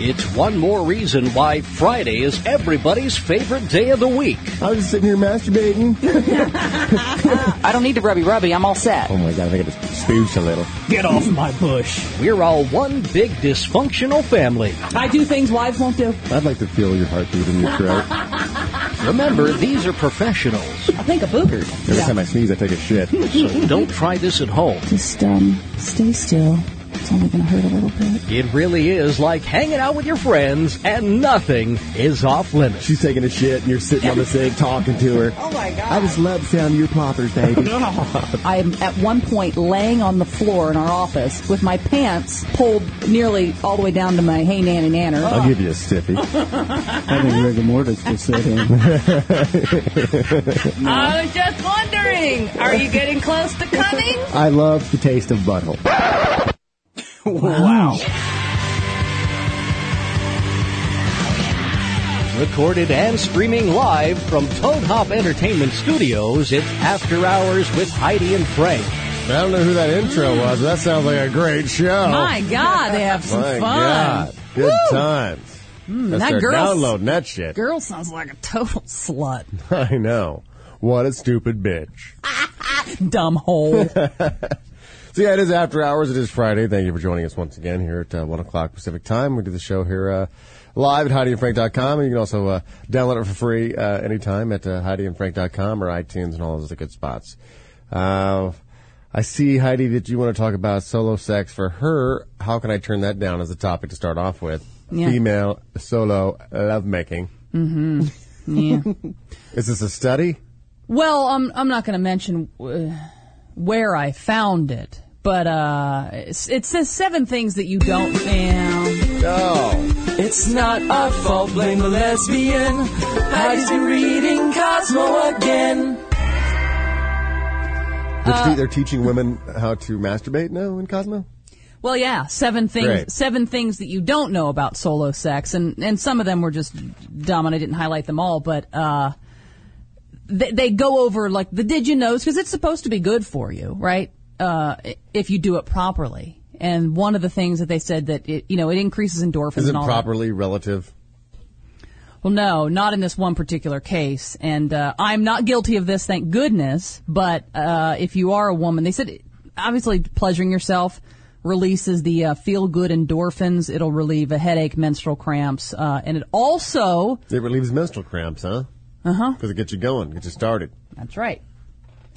It's one more reason why Friday is everybody's favorite day of the week. I was sitting here masturbating. I don't need to rubby rubby. I'm all set. Oh my god, I gotta spooch a little. Get off my bush. We're all one big dysfunctional family. I do things wives won't do. I'd like to feel your heartbeat in your throat. Remember, these are professionals, I think a booger. Every time I sneeze, I take a shit. so don't try this at home. Just um, stay still. It's only going to hurt a little bit. It really is like hanging out with your friends and nothing is off limits. She's taking a shit, and you're sitting on the sink talking to her. Oh my god. I just love the sound of your ploppers, baby. I am at one point laying on the floor in our office with my pants pulled nearly all the way down to my hey nanny nanner. I'll give you a stiffy. Having rigor mortis to sit in. I was just wondering, are you getting close to coming? I love the taste of butthole. Wow. Recorded and streaming live from Toad Hop Entertainment Studios, it's After Hours with Heidi and Frank. I don't know who that intro was. That sounds like a great show. My God, they have some My fun. God. Good times. That's that their girl's- download that shit. Girl sounds like a total slut. I know. What a stupid bitch. Dumb hole. So yeah, it is after hours. It is Friday. Thank you for joining us once again here at uh, one o'clock Pacific time. We do the show here uh, live at HeidiandFrank.com, and you can also uh, download it for free uh, anytime at uh, HeidiandFrank.com or iTunes and all those other good spots. Uh, I see Heidi that you want to talk about solo sex for her. How can I turn that down as a topic to start off with? Yeah. Female solo lovemaking. Mm-hmm. Yeah. is this a study? Well, I'm I'm not going to mention uh, where I found it, but uh, it's- it says seven things that you don't. Yeah. No. It's not our fault, blame the lesbian. Heidi's been reading Cosmo again. They're, they're teaching women how to masturbate now in Cosmo. Well, yeah, seven things. Great. Seven things that you don't know about solo sex, and and some of them were just dumb, and I didn't highlight them all, but. Uh, they, they go over like the did you knows because it's supposed to be good for you, right? Uh, i- if you do it properly. And one of the things that they said that it, you know, it increases endorphins. Isn't and all that. properly relative? Well, no, not in this one particular case. And uh, I'm not guilty of this, thank goodness. But uh, if you are a woman, they said obviously pleasuring yourself releases the uh, feel good endorphins. It'll relieve a headache, menstrual cramps, uh, and it also It relieves menstrual cramps, huh? Uh huh. Because it gets you going, gets you started. that's right.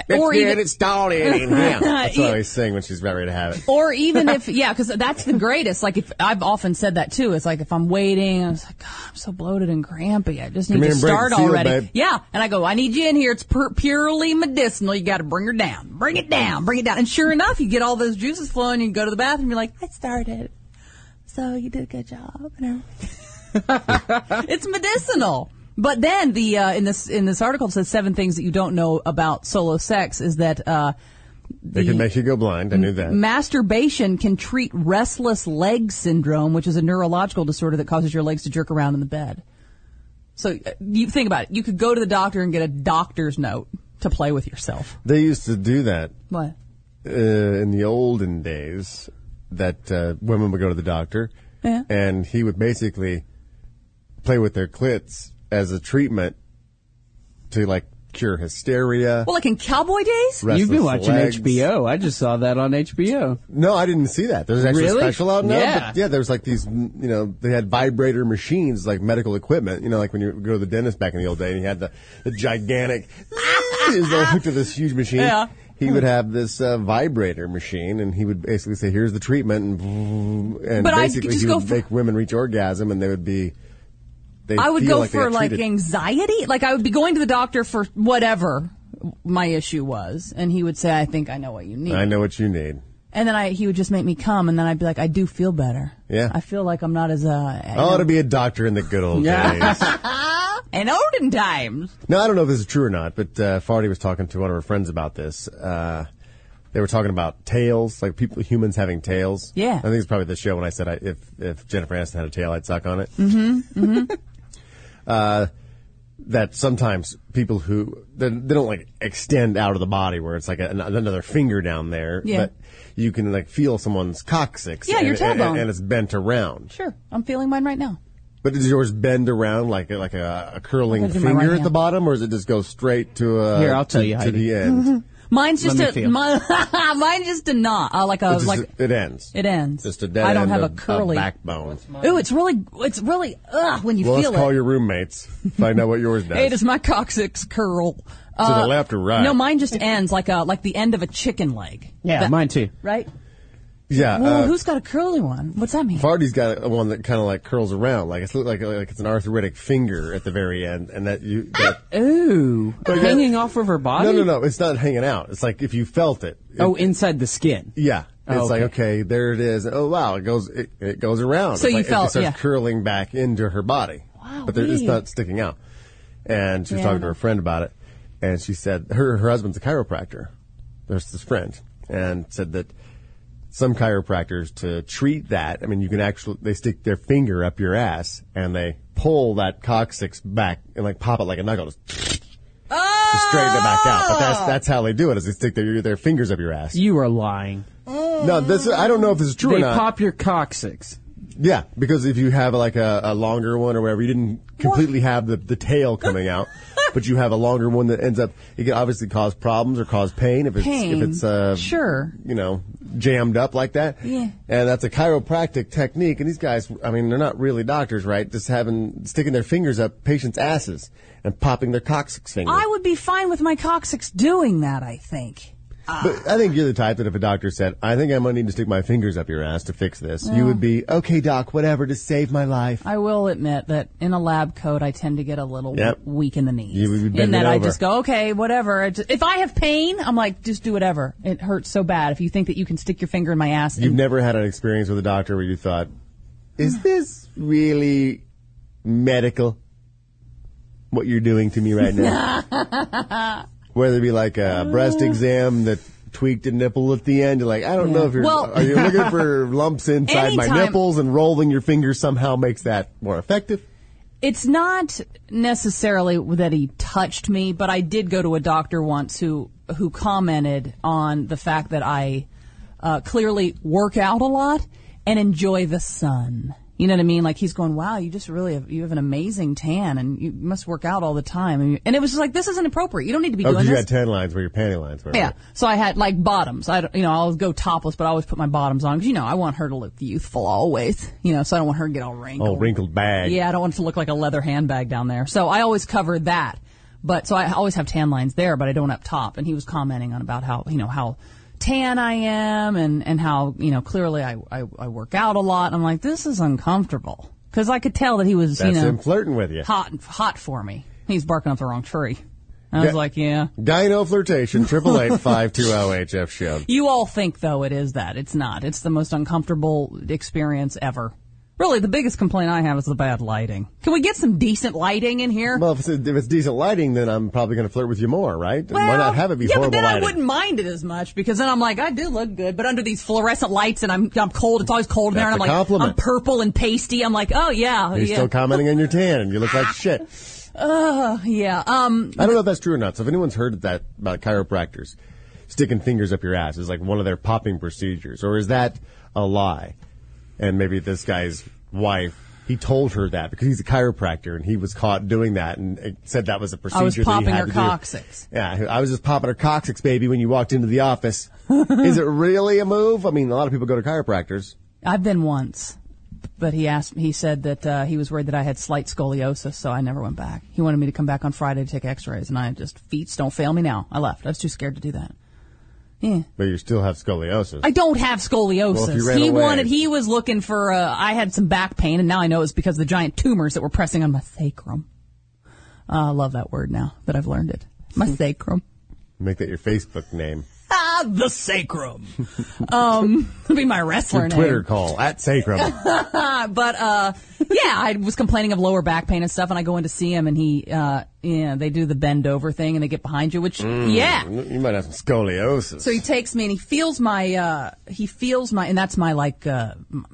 Let's Or get even- it started in here. That's what I always sing when she's about ready to have it. Or even if yeah, because that's the greatest. Like if I've often said that too. It's like if I'm waiting, I was like, God, I'm so bloated and crampy. I just need Come here to and break start the seal, already. babe. Yeah, and I go, I need you in here. It's pur- purely medicinal. You got to bring her down, bring it down, bring it down. And sure enough, you get all those juices flowing. You go to the bathroom. You're like, I started. So you did a good job. And everything." it's medicinal. But then the uh, in this in this article it says seven things that you don't know about solo sex is that. Uh, It can make you go blind. I knew that. Masturbation can treat restless leg syndrome, which is a neurological disorder that causes your legs to jerk around in the bed. So uh, you think about it. You could go to the doctor and get a doctor's note to play with yourself. they used to do that What? uh, in the olden days. That uh, women would go to the doctor, Yeah. and he would basically play with their clits as a treatment to like cure hysteria. Well, like in cowboy days? restless You've been watching legs. HBO. I just saw that on HBO. No, I didn't see that. There's actually Really? a special out now. Yeah. But yeah, there was like these, mm, you know, they had vibrator machines, like medical equipment, you know, like when you go to the dentist back in the old day and he had the, the gigantic, he was all hooked to this huge machine. Yeah. He would have this uh, vibrator machine and he would basically say, here's the treatment. And, and But I'd basically just he go would for- make women reach orgasm and they would be, they I would feel go like they for got like treated. anxiety. Like I would be going to the doctor for whatever my issue was, and he would say, "I think I know what you need." I know what you need. and then I he would just make me come, and then I'd be like, "I do feel better." Yeah. Oh. I feel like I'm not as uh. I ought to be a doctor in the good old Yeah. days. in olden times. Now, I don't know if this is true or not, but uh, Farty was talking to one of her friends about this. Uh, they were talking about tails, like people, humans having tails. Yeah. I think it's probably the show when I said I, mm-hmm. if if Jennifer Aniston had a tail, I'd suck on it. Mm-hmm. uh, that sometimes people who they, they don't like extend out of the body where it's like a, another finger down there, Yeah. but you can like feel someone's coccyx. Yeah, and, your tailbone. and, and it's bent around. Sure, I'm feeling mine right now. But does yours bend around like a, like a, a curling That's in my finger right at the hand. bottom, or does it just go straight to uh, Here, I'll tell to, you, to Heidi. the Mm-hmm. end? Mine's just me a feel. mine, mine's just a knot, uh, like a It's just- like. it ends. It ends. Just a dead I don't end have of- a curly. of backbone. Ooh, it's really, it's really, ugh, when you Well, let's feel it. call your roommates. Find out what yours does. Hey, does my coccyx curl? To the left or right? No, mine just ends like a like the end of a chicken leg. Yeah, That- mine too. Right? yeah. Well, uh, who's got a curly one? What's that mean? Farty's got one that kind of like curls around, like it's look like like it's an arthritic finger at the very end, and that you. That, Ooh, hanging off of her body. no, no, no! It's not hanging out. It's like if you felt it. it- Oh, inside the skin. yeah. It's Oh, like okay, there it is. Oh wow, it goes it, it goes around. So It's you like, felt- it starts yeah. curling back into her body. Wow, but there, it's weird. not sticking out. And she was Yeah. talking to her friend about it, and she said her her husband's a chiropractor. There's this friend, and said that some chiropractors to treat that. I mean, you can actually they stick their finger up your ass and they pull that coccyx back and like pop it like a knuckle, just, just straighten it back out. But that's that's how they do it is they stick their their fingers up your ass. You are lying. No, this I don't know if this is true or They not. pop your coccyx. Yeah, because if you have like a, a longer one or whatever, you didn't completely have the, the tail coming out, but you have a longer one that ends up. It can obviously cause problems or cause pain if it's Pain. if it's uh, Sure. you know jammed up like that. Yeah. and that's a chiropractic technique. And these guys, I mean, they're not really doctors, right? Just having sticking their fingers up patients' asses and popping their coccyx finger. I would be fine with my coccyx doing that, I think. But I think you're the type that if a doctor said, "I think I'm gonna need to stick my fingers up your ass to fix this," you would be okay, doc, whatever, to save my life. I will admit that in a lab coat, I tend to get a little Yep. weak in the knees. You would be in bending that I over. just go, okay, whatever. It just- If I have pain, I'm like, just do whatever. It hurts so bad. If you think that you can stick your finger in my ass, You've and- never had an experience with a doctor where you thought, is this really medical? What you're doing to me right now? Whether it be like Uh. a breast exam that tweaked a nipple at the end, you're like, I don't know if you're, Well- are you looking for lumps inside my Anytime- nipples and rolling your fingers somehow makes that more effective? it's not necessarily that he touched me, but I did go to a doctor once who who commented on the fact that I uh, clearly work out a lot and enjoy the sun. You know what I mean? Like he's going, "Wow, you just really have, you have an amazing tan, and you must work out all the time." And, you- and it was just like, "This isn't appropriate. You don't need to be Oh, doing because you this." had tan lines where your panty lines were. Yeah. So I had like bottoms. I don't- you know I always go topless, but I always put my bottoms on because you know I want her to look youthful always. You know, so I don't want her to get all wrinkled. Oh, wrinkled bag. Yeah, I don't want it to look like a leather handbag down there. So I always cover that. But so I always have tan lines there, but I don't up top. And he was commenting on about how, you know, how tan I am and, and how, you know, clearly I, I, I work out a lot. I'm like, this is uncomfortable. Cause I could tell that he was, That's you know, him flirting with you. hot, hot for me. He's barking up the wrong tree. And I Yeah. was like, yeah. Dino flirtation, triple eight five two zero HF show. You all think though it is that. It's not. It's the most uncomfortable experience ever. Really, the biggest complaint I have is the bad lighting. Can we get some decent lighting in here? Well, if it's, if it's decent lighting, then I'm probably going to flirt with you more, right? Why not have it be yeah, horrible but then lighting? I wouldn't mind it as much because then I'm like, I do look good, but under these fluorescent lights and I'm I'm cold. It's always cold in there, That's and I'm a like, compliment. I'm purple and pasty. I'm like, oh yeah, You're yeah, still commenting on your tan, and you look like Ah. shit. yeah. Um, I don't know if that's true or not. So if anyone's heard that about chiropractors sticking fingers up your ass is like one of their popping procedures, or is that a lie? And maybe this guy's wife, he told her that because he's a chiropractor and he was caught doing that and it said that was a procedure. that he popping had her to do. coccyx. Yeah, I was just popping her coccyx, baby, when you walked into the office. is it really a move? I mean, a lot of people go to chiropractors. I've been once, but he asked. He said that uh, he was worried that I had slight scoliosis, so I never went back. He wanted me to come back on Friday to take X-rays, and I just feats don't fail me now. I left. I was too scared to do that. Yeah. But you still have scoliosis. I don't have Well, if scoliosis. you ran he away- wanted. He was looking for. Uh, I had some back pain, and now I know it was because of the giant tumors that were pressing on my sacrum. Uh, I love that word now that I've learned it. My sacrum. Make that your Facebook name. Ah, the sacrum. um, it'll be my wrestler Your Twitter name. call at Sacrum. Uh, but uh, yeah, I was complaining of lower back pain and stuff, and I go in to see him, and he, uh, yeah, they do the bend over thing, and they get behind you, which, Mm, yeah, you might have some scoliosis. So he takes me and he feels my uh he feels my and that's my like uh m-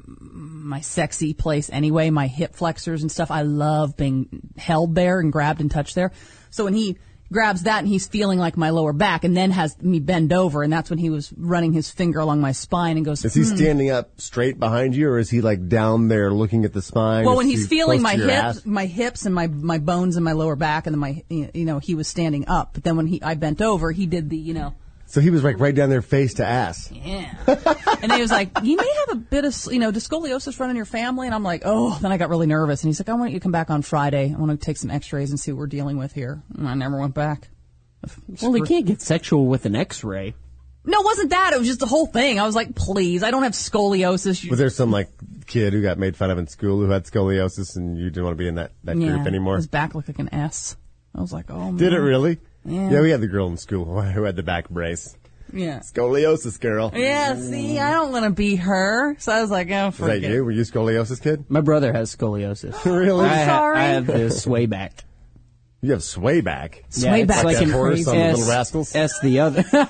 my sexy place anyway, my hip flexors and stuff. I love being held there and grabbed and touched there. So when he grabs that and he's feeling like my lower back and then has me bend over and that's when he was running his finger along my spine and goes, Is he "Hmm." standing up straight behind you, or is he like down there looking at the spine? Well, when Is he's he feeling close my to your hips, ass? my hips and my my bones and my lower back, and then my you know he was standing up. But then when he I bent over, he did the you know, so he was like right down there, face to ass. yeah. and he was like, "You may have a bit of you know, does scoliosis run in your family?" And I'm like, "Oh." Then I got really nervous, and he's like, "I want you to come back on Friday. I want to take some X-rays and see what we're dealing with here." And I never went back. Well, he can't get sexual with an X-ray. No, it wasn't that. It was just the whole thing. I was like, "Please, I don't have scoliosis." You- Was there some like kid who got made fun of in school who had scoliosis, and you didn't want to be in that that yeah, group anymore? His back looked like an S. I was like, "Oh." Did it man. really? Yeah. we had the girl in school who- who had the back brace. Yeah. Scoliosis girl. Yeah, see, I don't want to be her. So I was like, oh, Is that forget you? Were you scoliosis kid? My brother has scoliosis. Really? I, ha- sorry. I have this way back. You have sway back. Yeah, way it's back. Like Like that an horse on the S- Little Rascals? S the other. No,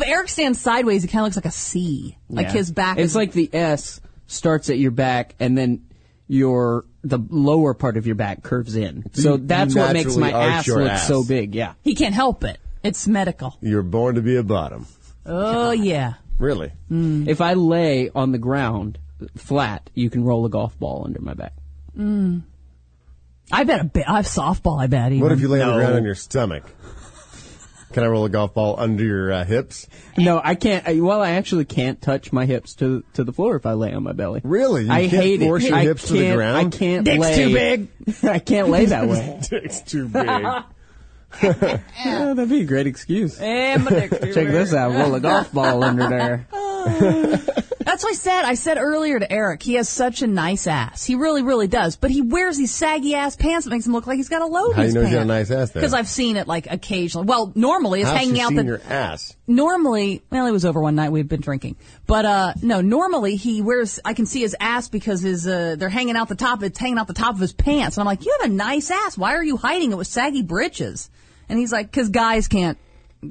if Eric stands sideways, he kind of looks like a C. Like Yeah. his back It's is like the S starts at your back and then your the lower part of your back curves in. So you- that's you what makes my naturally arch ass your look ass. so big. Yeah. he can't help it. It's medical. You're born to be a bottom. Mm-hmm. Oh yeah. Really? If I lay on the ground flat, you can roll a golf ball under my back. I bet a bit. I have softball. I bet. Even. What if you lay on the ground on your stomach? Can I roll a golf ball under your uh, hips? No, I can't. I, well, I actually can't touch my hips to to the floor if I lay on my belly. Really? You I can't hate force it. your I hips to the can't- ground? I can't Dick's lay. too big. I can't lay that way. Dick's too big. Yeah, that'd be a great excuse. Eh, my dick's too Check big. this out. Roll a golf ball under there. That's what I said. I said earlier to Eric, he has such a nice ass. He really, really does. But he wears these saggy ass pants that makes him look like he's got a load. How do you know he's got a nice ass then? Because I've seen it like occasionally. Well, normally it's How's hanging she out seen the your ass? normally well it was over one night we'd been drinking but uh no normally he wears i can see his ass because his uh they're hanging out the top it's hanging out the top of his pants and i'm like you have a nice ass why are you hiding it with saggy britches and he's like because guys can't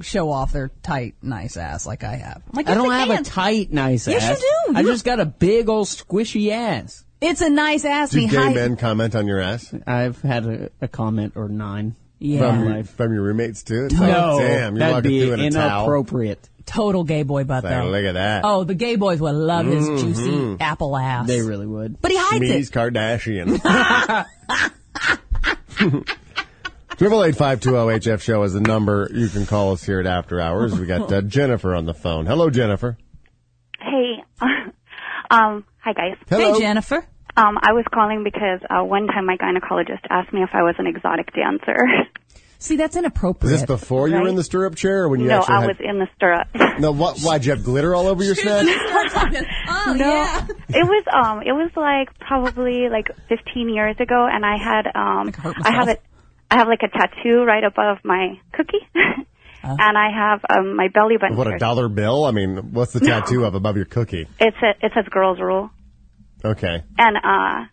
show off their tight nice ass like i have I'm like, I "Yes, don't they have can." a tight, nice Yes, you ass. do. I You- just got a big old squishy ass. it's a nice ass Do and he gay hide- men comment on your ass? I've had a, a comment or nine. Yeah. From From your, life. from your roommates too? It's like, No, Oh, damn, you're that'd walking be through in a towel. inappropriate. total gay boy butt Like, though look at that. Mm-hmm. oh the gay boys would love his juicy apple ass They really would. but he hides Me's it Kardashian. Triple eight five two zero HF show is the number you can call us here at After Hours. We got uh, Jennifer on the phone. Hello, Jennifer. Hey, um, hi guys. Hello. hey jennifer Um, I was calling because uh, one time my gynecologist asked me if I was an exotic dancer. see that's Is inappropriate this before you were in the stirrup chair, or when you no, actually I had? was in the stirrup. no, what? Why'd you have glitter all over your snack? oh no, yeah it was um, it was like probably like 15 years ago, and I had um, Like, hurt I have myself. a, I have like a tattoo right above my cookie, and I have um, my belly button. Uh-huh. What a pierced. dollar bill! I mean, what's the tattoo of above your cookie? It's a, it says girls rule, Okay, and uh.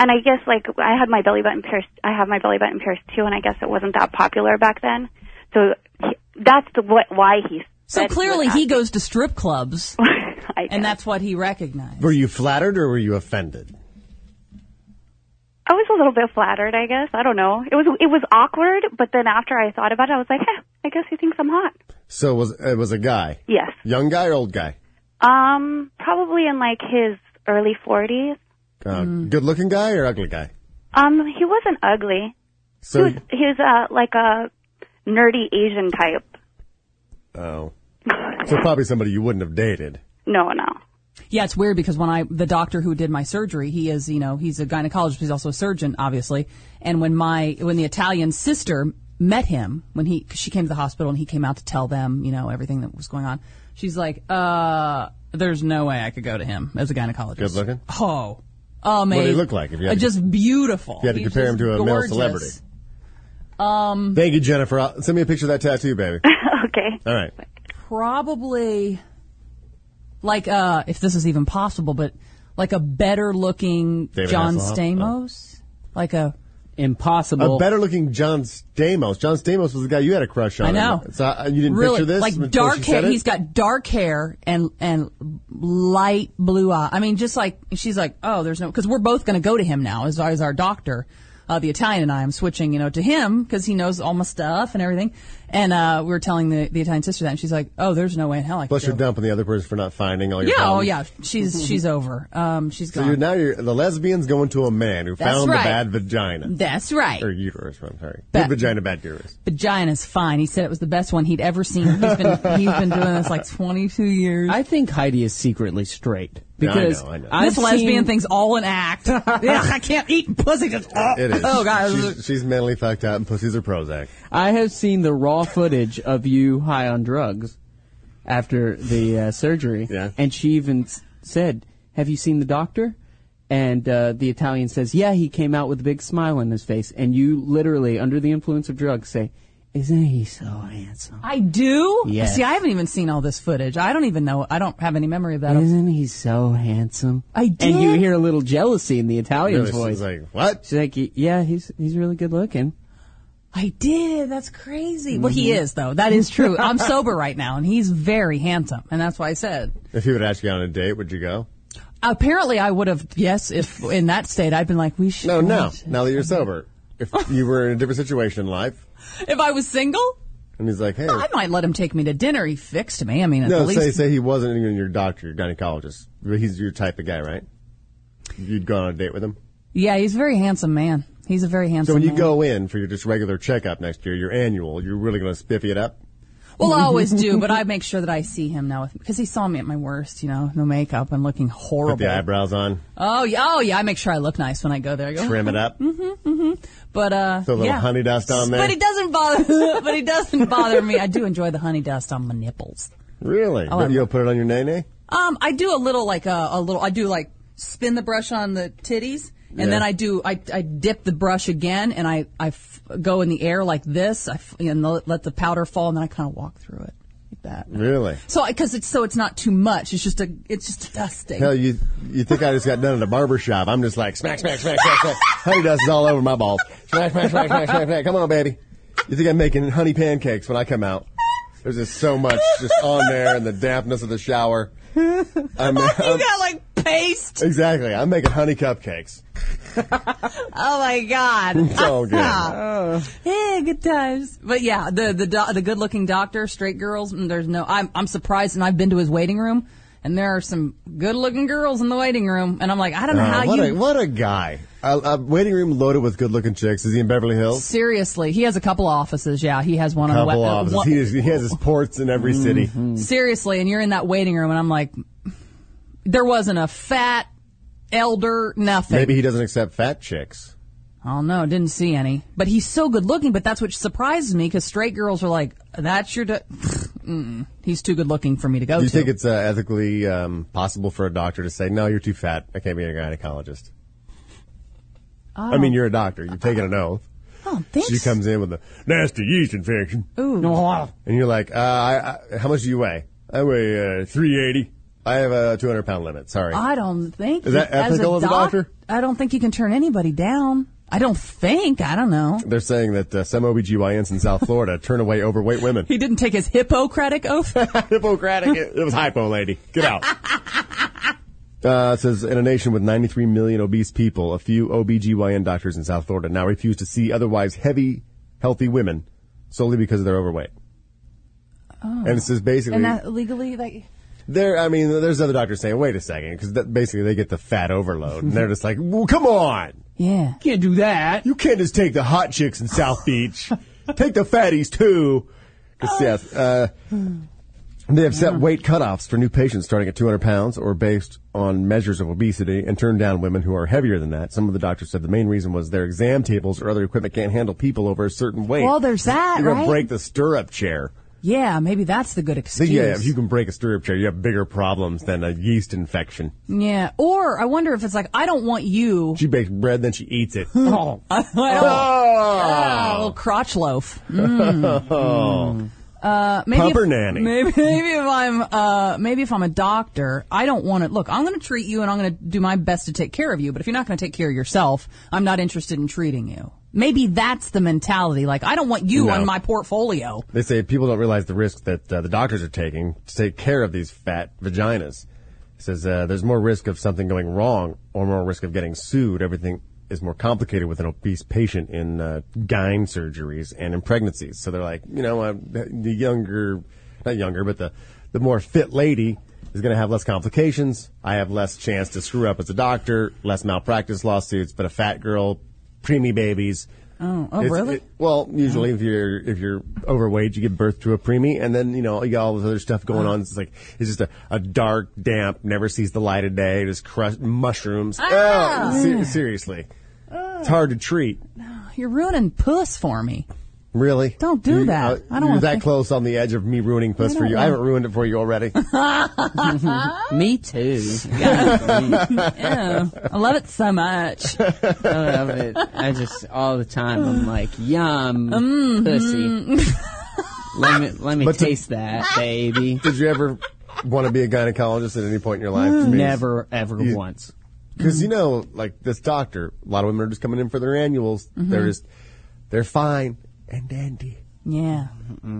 And I guess like I had my belly button pierced. I have my belly button pierced too, and I guess it wasn't that popular back then. So he, that's the, what why he. So said was clearly he asking. goes to strip clubs, I and guess. that's what he recognized. were you flattered or were you offended? I was a little bit flattered, I guess. I don't know. It was it was awkward, but then after I thought about it, I was like, eh, I guess he thinks I'm hot. So it was it was a guy, Yes. young guy or old guy? Um, probably in like his early 40s. Uh, Mm. Good looking guy or ugly guy? Um, he wasn't ugly. He So was he was uh like a nerdy Asian type. Oh. So probably somebody you wouldn't have dated. No, no. Yeah, it's weird because when I the doctor who did my surgery, he is you know he's a gynecologist, but he's also a surgeon, obviously. And when my when the Italian sister met him when he 'cause she came to the hospital and he came out to tell them you know everything that was going on, she's like, uh, there's no way I could go to him as a gynecologist. Good looking? Oh, amazing. What'd he look like if you had Uh, to- just beautiful. you had to He's compare him just to a male gorgeous. celebrity? Thank you, Jennifer. I'll, send me a picture of that tattoo, baby. Okay. All right. probably like uh if this is even possible, but like a better looking David Oh. John Hasselhoff? Stamos, like a impossible. A better looking John Stamos. John Stamos was the guy you had a crush on. I know. So uh, you didn't really picture this. before like dark she said hair. it? He's got dark hair and and light blue eye. I mean, just like she's like, oh, there's no because we're both going to go to him now as as our doctor. Uh, the Italian and I am switching, you know, to him because he knows all my stuff and everything. And uh, we were telling the, the Italian sister that, and she's like, "Oh, there's no way in hell I can." Plus, go. you're dumping the other person for not finding all your. Yeah, oh problems. yeah, she's she's over. Um, she's So gone. you're, now you're the lesbian's going to a man who That's found right. the bad vagina That's right. or uterus. I'm sorry, Bad- good vagina, bad uterus. Vagina's fine. He said it was the best one he'd ever seen. He's been he's been doing this like 22 years. I think Heidi is secretly straight Yeah, I know, because I know. have this lesbian seen, thing's all an act. yeah, I can't eat pussy. Just, oh, It is. Oh god, she's, she's mentally fucked out, and pussies are Prozac. I have seen the raw footage of you high on drugs after the uh, surgery. Yeah. And she even s- said, "Have you seen the doctor?" And uh, the Italian says, "Yeah, he came out with a big smile on his face." And you literally, under the influence of drugs, say, "Isn't he so handsome? I do. Yes. See, I haven't even seen all this footage. I don't even know. I don't have any memory of that. Isn't he so handsome?" I And you did? hear a little jealousy in the Italian's Really, voice. she's like, what? She's like, "Yeah, he's he's really good looking." I did. That's crazy. Well, he Mm-hmm. is though. That is true. I'm sober right now, and he's very handsome, and that's why I said. If he would ask you on a date, would you go? Apparently, I would have. Yes, if in that state, I'd been like, we should. No, now, now that you're sober, if you were in a different situation in life, If I was single, and he's like, hey, I might let him take me to dinner. He fixed me. I mean, at no, least say say he wasn't even your doctor, your gynecologist, but he's your type of guy, right? You'd go on a date with him. yeah, he's a very handsome man. He's a very handsome. So when you man. go in for your just regular checkup next year, your annual, you're really going to spiffy it up. Well, I always do, but I make sure that I see him now with, because he saw me at my worst, you know, no makeup and looking horrible. Put the eyebrows on, Oh yeah, oh yeah, I make sure I look nice when I go there. I go, trim it Mm-hmm. up, throw but uh, a little yeah. honey dust on there. But it doesn't bother. but it doesn't bother me. I do enjoy the honey dust on my nipples. Really? Oh, I'm- You'll put it on your nay nay? Um, I do a little like uh, a, a little. I do like spin the brush on the titties, and Yeah. then I do I, I dip the brush again, and I I f- go in the air like this, I f- and let the powder fall, and then I kind of walk through it like that. Really? So, because it's so it's not too much. It's just a it's just a dusting. Hell, you you think I just got done at a barber shop? I'm just like smack, smack, smack, smack, smack. Honey dust is all over my balls. Smack, smack, smack, smack, smack, smack. Come on, baby. You think I'm making honey pancakes when I come out? There's just so much just on there, and the dampness of the shower. I'm, you I'm- got like paste. exactly. I'm making honey cupcakes. Oh my god. It's all good. Ah, yeah, good times. But yeah, the the do- the good looking doctor, straight girls. mm, There's no. I'm I'm surprised, and I've been to his waiting room, and there are some good looking girls in the waiting room, and I'm like, I don't know Uh, how what you. a what a guy. A, a waiting room loaded with good-looking chicks. Is he in Beverly Hills? Seriously, he has a couple offices. Yeah, he has one on Couple the west. offices. He, is, he has his ports in every city. Mm-hmm. seriously, and you're in that waiting room, and I'm like, there wasn't a fat elder, nothing. Maybe he doesn't accept fat chicks. Oh no, didn't see any. But he's so good looking. But that's what surprises me because straight girls are like, "That's your." Do- Mm-mm. he's too good looking for me to go Do you to. think it's uh, ethically um, possible for a doctor to say, "No, you're too fat. I can't be a gynecologist"? I mean, you're a doctor. You've taken an oath. oh, thanks. She comes in with a nasty yeast infection, and you're like, uh, I, I, "How much do you weigh? I weigh uh, 380. I have a 200 pound limit. Sorry." I don't think Is that as ethical a, as a doc- doctor? I don't think you can turn anybody down. I don't think. I don't know. They're saying that uh, some OBGYNs in South Florida turn away overweight women. He didn't take his Hippocratic oath. Hippocratic. It it was hypo, lady. Get out. Uh, it says, in a nation with 93 million obese people, a few OBGYN doctors in South Florida now refuse to see otherwise heavy, healthy women solely because they're overweight. And it says basically, Oh. and that legally, like, there. I mean, there's other doctors saying, "Wait a second, because basically they get the fat overload, and they're just like, well, "Come on, yeah. Can't do that. you can't just take the hot chicks in South Beach. take the fatties too. 'Cause, yes, uh, they have set weight cutoffs for new patients starting at 200 pounds or based on measures of obesity and turn down women who are heavier than that. Some of the doctors said the main reason was their exam tables or other equipment can't handle people over a certain weight. Well, there's that, You're going right? to break the stirrup chair. Yeah, maybe that's the good So, excuse. yeah, if you can break a stirrup chair, you have bigger problems than a yeast infection. yeah. Or I wonder if it's like, I don't want you. She bakes bread, then she eats it. I don't want Ah, a oh. little crotch loaf. Mm. Uh, maybe Mm. Pumper if, nanny. Maybe, maybe if I'm uh, maybe if I'm a doctor, I don't want to look. I'm going to treat you, and I'm going to do my best to take care of you. But if you're not going to take care of yourself, I'm not interested in treating you. Maybe that's the mentality. Like, I don't want you No. on my portfolio. They say people don't realize the risk that uh, the doctors are taking to take care of these fat vaginas. It says uh, there's more risk of something going wrong or more risk of getting sued. Everything is more complicated with an obese patient in uh, gyne surgeries and in pregnancies. So they're like, you know, uh, the younger, not younger, but the, the more fit lady is going to have less complications. I have less chance to screw up as a doctor, less malpractice lawsuits, but a fat girl, preemie babies. Oh, oh, It's- really? it- well, usually if you're if you're overweight, you give birth to a preemie, and then you know you got all this other stuff going Uh-huh. on. It's like it's just a, a dark, damp, never sees the light of day, just crushed mushrooms. Ah! Oh, se- seriously, it's hard to treat. You're ruining puss for me. Really? Don't do You- that. uh, I don't You're wanna that think- close on the edge of me ruining puss for you. I haven't ruined it for you already. Me too. Oh, I love it so much. I love it. I just all the time. I'm like, yum, Mm-hmm. pussy. let me let me But to- taste that, baby. Did you ever want to be a gynecologist at any point in your life? Mm, Denise? Never ever You- once. Because you know, like this doctor, a lot of women are just coming in for their annuals. Mm-hmm. They're just, they're fine and dandy. Yeah.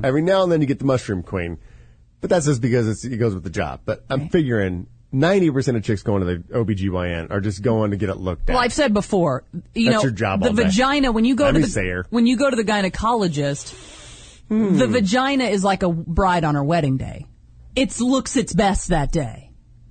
Every now and then you get the mushroom queen, but that's just because it's, it goes with the job. But I'm figuring 90% of chicks going to the OBGYN are just going to get it looked at. Well, I've said before, you That's know, your job the all day. vagina when you go Let to me the say her. Hmm. when you go to the gynecologist, the vagina is like a bride on her wedding day. It looks its best that day.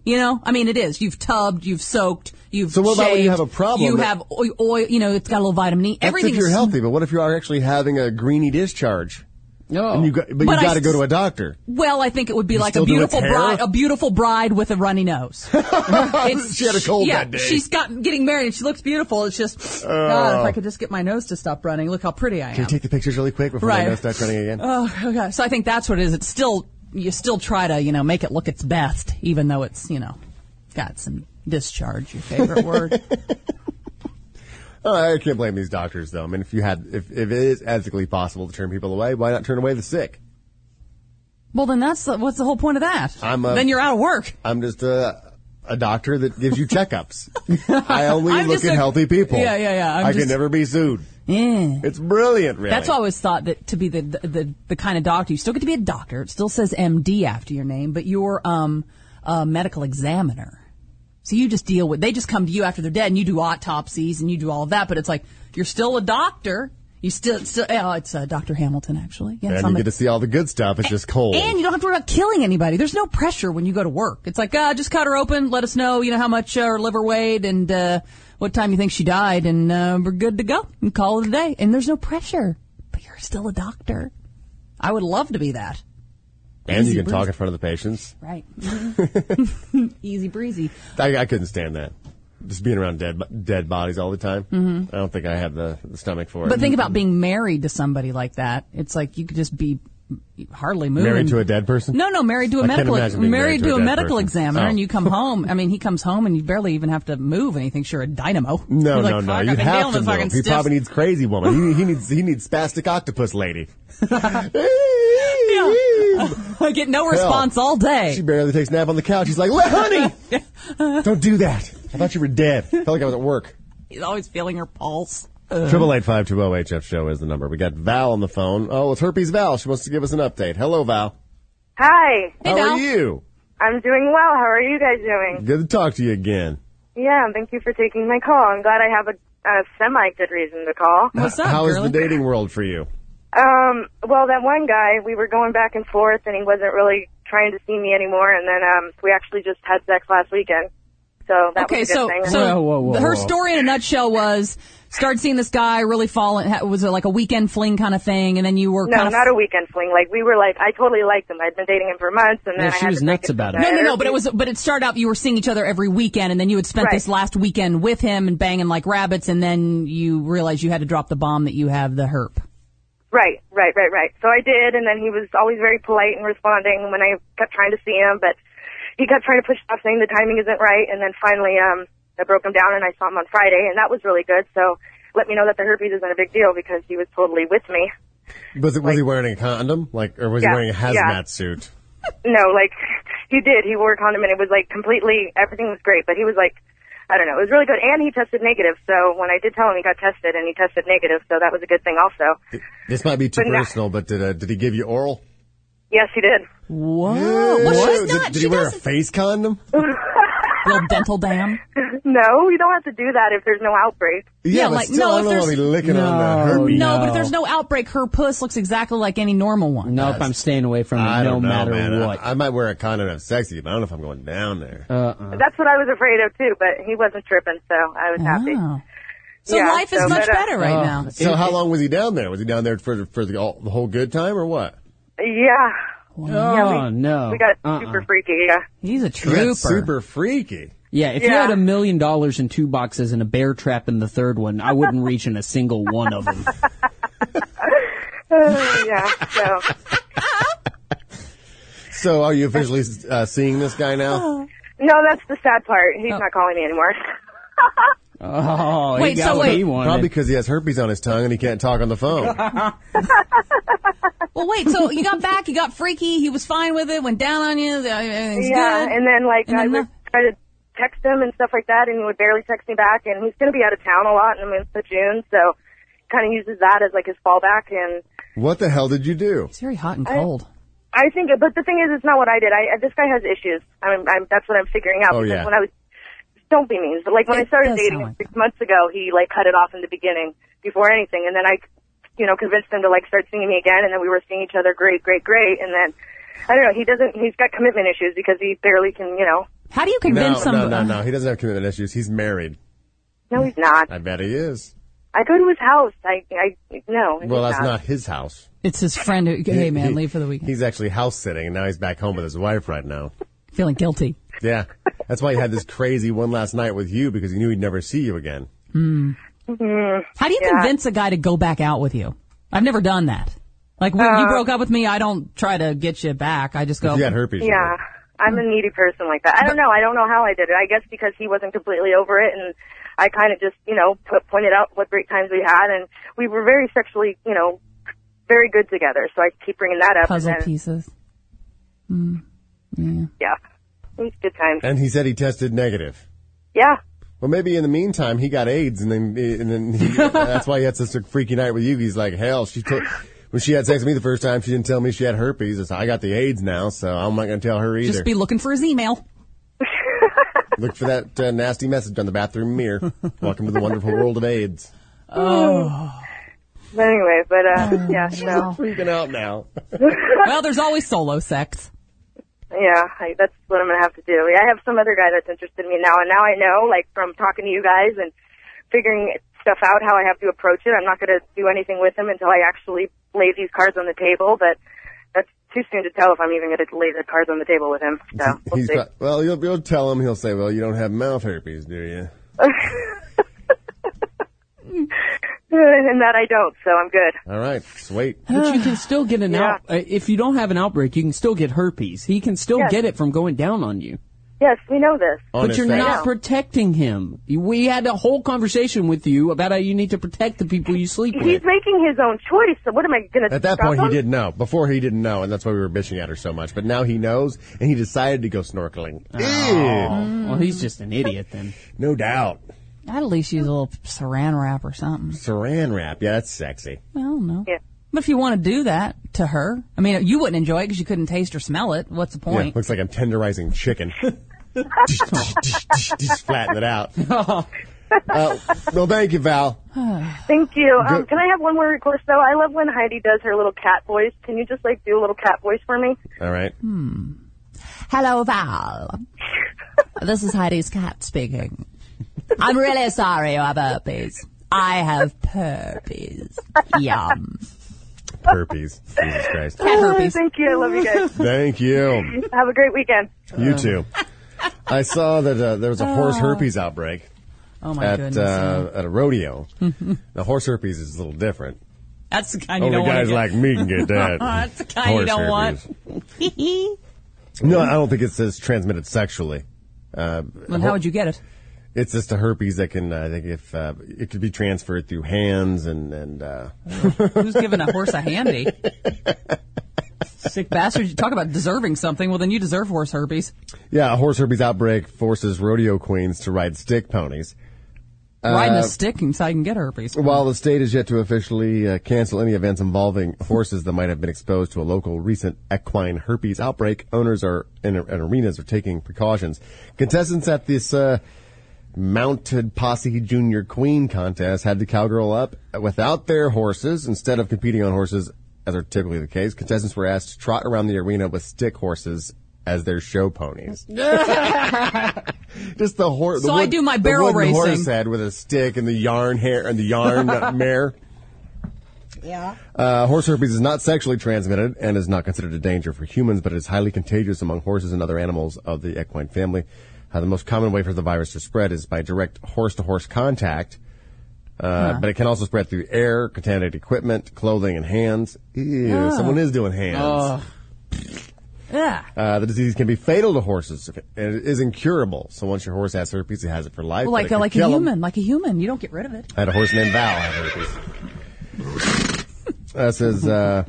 You know, I mean, it is. You've tubbed, you've soaked, you've So what about when you shaved, have a problem You that- have oil, oil. You know, it's got a little vitamin E. That's Everything if you're is- healthy, but what if you are actually having a greeny discharge? Oh. No. And you got, but, But I you got to go s- to a doctor. Well, I think it would be like a still do its beautiful hair? bride, a beautiful bride with a runny nose. It's- She had a cold yeah, that day. She's got getting married and she looks beautiful. It's just, Oh. God, if I could just get my nose to stop running, look how pretty I am. Can you take the pictures really quick before Right. my nose starts running again? oh, oh, God. So I think that's what it is. It's still you still try to you know make it look its best, even though it's you know got some discharge. Your favorite word. Oh, I can't blame these doctors, though. I mean, if you had, if, if it is ethically possible to turn people away, why not turn away the sick? Well, then that's the, what's the whole point of that? I'm a- then you're out of work. I'm just a a doctor that gives you checkups. I only I'm look just at a- healthy people. Yeah, yeah, yeah, I'm I just- can never be sued. Yeah. It's brilliant, really. That's why I always thought that to be the, the the the kind of doctor you still get to be a doctor. It still says MD after your name, but you're um a medical examiner. So you just deal with they just come to you after they're dead and you do autopsies and you do all of that, but it's like you're still a doctor. You still still oh, it's uh, Dr. Hamilton actually. Yes, And I'm you a- get to see all the good stuff. It's just cold. and you don't have to worry about killing anybody. There's no pressure when you go to work. It's like, uh, just cut her open. Let us know, you know, how much uh, her liver weighed and uh, what time you think she died, and uh, we're good to go and call it a day. And there's no pressure, but you're still a doctor. I would love to be that. And you Easy can talk breezy. in front of the patients. Right. Easy breezy. I, I couldn't stand that. Just being around dead dead bodies all the time. Mm-hmm. I don't think I have the, the stomach for it. But think about being married to somebody like that. It's like you could just be hardly moving. married to a dead person. No, no, married to a I can't medical imagine being married, married to to a, a dead medical person. examiner, Oh. and you come home. I mean, he comes home, and you barely even have to move anything. Sure, a dynamo. No, You're like, no, "Fuck, no. I've You been have dealing to with know. fucking He stiff- probably needs crazy woman. He, he needs he needs spastic octopus lady. I get no response all day. She barely takes a nap on the couch. She's like, "Well, honey, don't do that. I thought you were dead. I felt like I was at work. He's always feeling her pulse. Triple eight five two zero HF show is the number. We got Val on the phone. Oh, it's herpes Val. She wants to give us an update. Hello, Val. Hi. How Val. are you? I'm doing well. How are you guys doing? Good to talk to you again. Yeah, thank you for taking my call. I'm glad I have a, a semi good reason to call. What's up, How is girlie? the dating world for you? Um, well, that one guy, we were going back and forth, and he wasn't really trying to see me anymore. And then um, we actually just had sex last weekend, so that Okay, was a good so thing. so Whoa, whoa, whoa, her whoa. story in a nutshell was started seeing this guy, really falling. ha- Was it like a weekend fling kind of thing? And then you were no, kind of not a weekend fling. Like we were like, I totally liked him. I'd been dating him for months, and Yeah, then I she had was to break nuts about it. No, no, no. up. But it was, but it started out. You were seeing each other every weekend, and then you had spent Right. this last weekend with him and banging like rabbits, and then you realized you had to drop the bomb that you have the herp. Right, right, right, right. So I did, and then he was always very polite and responding when I kept trying to see him, but he kept trying to push it off, saying the timing isn't right. And then finally, um, I broke him down, and I saw him on Friday, and that was really good. So let me know that the herpes isn't a big deal because he was totally with me. Was it was he wearing a condom? Like, or was he Yeah, wearing a yeah. hazmat suit? No, like he did. He wore a condom, and it was like completely everything was great. But he was like, I don't know. It was really good, and he tested negative. So when I did tell him he got tested, and he tested negative, so that was a good thing also. This might be too But not- personal, but did uh, did he give you oral? Yes, he did. Whoa. Oh, she's Did- not. Did, She he wear a doesn't- face condom? little dental dam. No, you don't have to do that if there's no outbreak. Yeah, but like, still, no, I if don't want to there's- be licking on No, uh, herpes. No. No, but if there's no outbreak, her puss looks exactly like any normal one. Nope, I'm staying away from I it no don't know, matter man. I- what. I, might wear a condom to have sexy, but I don't know if I'm going down there. Uh-uh. That's what I was afraid of too, but he wasn't tripping, so I was happy. Wow. Oh. So Yeah, life is so much that, uh, better right Oh, now. so how long was he down there? Was he down there for for the, all, the whole good time or what? Yeah, oh no. we got Uh-uh. super freaky. Yeah, He's a You got trooper. super freaky. Yeah, if you Yeah. had a million dollars in two boxes and a bear trap in the third one, I wouldn't reach in a single one of them. Uh, yeah. So So are you officially uh, seeing this guy Oh. now? no, that's the sad part. He's not calling me anymore. Oh, he Wait, got so what wait. he wanted. Probably because he has herpes on his tongue and he can't talk on the phone. Well, wait. So you got back. You got freaky. He was fine with it. Went down on you. uh, Everything's yeah, good. and then like And I then would try to text him and stuff like that, and he would barely text me back. And he's going to be out of town a lot in the month of June, so kind of uses that as like his fallback and. what the hell did you do? it's very hot and cold. I think, but the thing is, it's not what I did. I this guy has issues. I mean, I'm, that's what I'm figuring out. Oh, because yeah. When I was, don't be mean, but like when I It started does dating sound like six months ago, he like cut it off in the beginning before anything, and then I, you know, convinced him to like start seeing me again, and then we were seeing each other great, great, great, and then I don't know. He doesn't. He's got commitment issues because he barely can, you know. How do you No, convince no, somebody? no, no. He doesn't have commitment issues. He's married. No, he's not. I bet he is. I go to his house. I, I no. he's Well, that's not his house. It's his friend. Who, hey man, He- leave for the weekend. He's actually house sitting, and now he's back home with his wife right now. Feeling guilty. Yeah, that's why he had this crazy one last night with you because he knew he'd never see you again. How do you convince a guy to go back out with you? I've never done that. Like when Um, you broke up with me, I don't try to get you back. I just go. You got herpes. you Yeah. know. I'm a needy person like that. I don't know. I don't know how I did it. I guess because he wasn't completely over it and I kind of just, you know, put, pointed out what great times we had and we were very sexually, you know, very good together. So I keep bringing that up. puzzle and then, pieces. Yeah. It was good times. And he said he tested negative. Yeah. Well, maybe in the meantime he got AIDS, and then and then he, that's why he had such a freaky night with you. He's like, hell, she took. When she had sex with me the first time, she didn't tell me she had herpes. It's, I got the AIDS now, so I'm not going to tell her either. Just be looking for his email. Look for that uh, nasty message on the bathroom mirror. Welcome to the wonderful world of AIDS. But anyway, but, uh, yeah, no. Freaking out now. Well, there's always solo sex. Yeah. I, that's what I'm going to have to do. I have some other guy that's interested in me now and now I know, like from talking to you guys and figuring stuff out, how I have to approach it. I'm not going to do anything with him until I actually lay these cards on the table, but that's too soon to tell if I'm even going to lay the cards on the table with him. So we'll He's see. pro- well, you'll, you'll tell him. He'll say, "Well, you don't have mouth herpes, do you?" and that I don't, so I'm good. All right, sweet. But you can still get an Yeah. out. uh, If you don't have an outbreak, you can still get herpes. He can still Yes. get it from going down on you. Yes, we know this. On but his you're face. not protecting him. You- We had a whole conversation with you about how you need to protect the people you sleep He's with. making his own choice, so what am I going to At that point, he didn't know. Before, he didn't know, and that's why we were bitching at her so much. But now he knows, and he decided to go snorkeling. Ew. Well, he's just an idiot then. No doubt. I'd at least use a little saran wrap or something. Saran wrap. Yeah, that's sexy. I don't know. Yeah. But if you want to do that to her, I mean, you wouldn't enjoy it because you couldn't taste or smell it. What's the Yeah, point? looks like I'm tenderizing chicken. Just flatten it out. Oh. Uh, well, thank you, Val. Thank you. Um, Good. can I have one more request, though? I love when Heidi does her little cat voice. Can you just, like, do a little cat voice for me? All right. Hello, Val. this is Heidi's cat speaking. I'm really sorry you have herpes. I have herpes. Yum. Herpes. Jesus Christ. Cat herpes. Oh, Thank you. I love you guys. Thank you. Have a great weekend. You Oh. too. I saw that uh, there was a horse herpes outbreak Oh my at goodness. uh, at a rodeo. now, horse herpes is a little different. that's the kind you Only don't want. guys like me can get that. That's the kind you don't want. no, I don't think it says transmitted sexually. Uh, Then how would you get it? it's just a herpes that can, I think, if uh, it could be transferred through hands and and uh, Who's giving a horse a handy? Sick bastard. You talk about deserving something. Well, then you deserve horse herpes. Yeah, a horse herpes outbreak forces rodeo queens to ride stick ponies. Riding Uh, a stick and so I can get herpes. While the state is yet to officially uh, cancel any events involving horses that might have been exposed to a local recent equine herpes outbreak, owners are and, and arenas are taking precautions. Contestants at this uh, Mounted Posse Junior Queen contest had the cowgirl up without their horses. Instead of competing on horses, as are typically the case, contestants were asked to trot around the arena with stick horses as their show ponies. Just the horse. So I do my barrel the wooden racing. horse head with a stick and the yarn hair and the yarn mare. Yeah. Uh, horse herpes is not sexually transmitted and is not considered a danger for humans, but it is highly contagious among horses and other animals of the equine family. Uh, the most common way for the virus to spread is by direct horse-to-horse contact, uh, but it can also spread through air, contaminated equipment, clothing, and hands. Ew, Ah. someone is doing hands. Ugh. Yeah. Uh, the disease can be fatal to horses, if it- and it is incurable. So once your horse has herpes, it has it for life. Well, but like it could like a kill 'em. human, like a human. You don't get rid of it. I had a horse named Val. have herpes. That says, uh,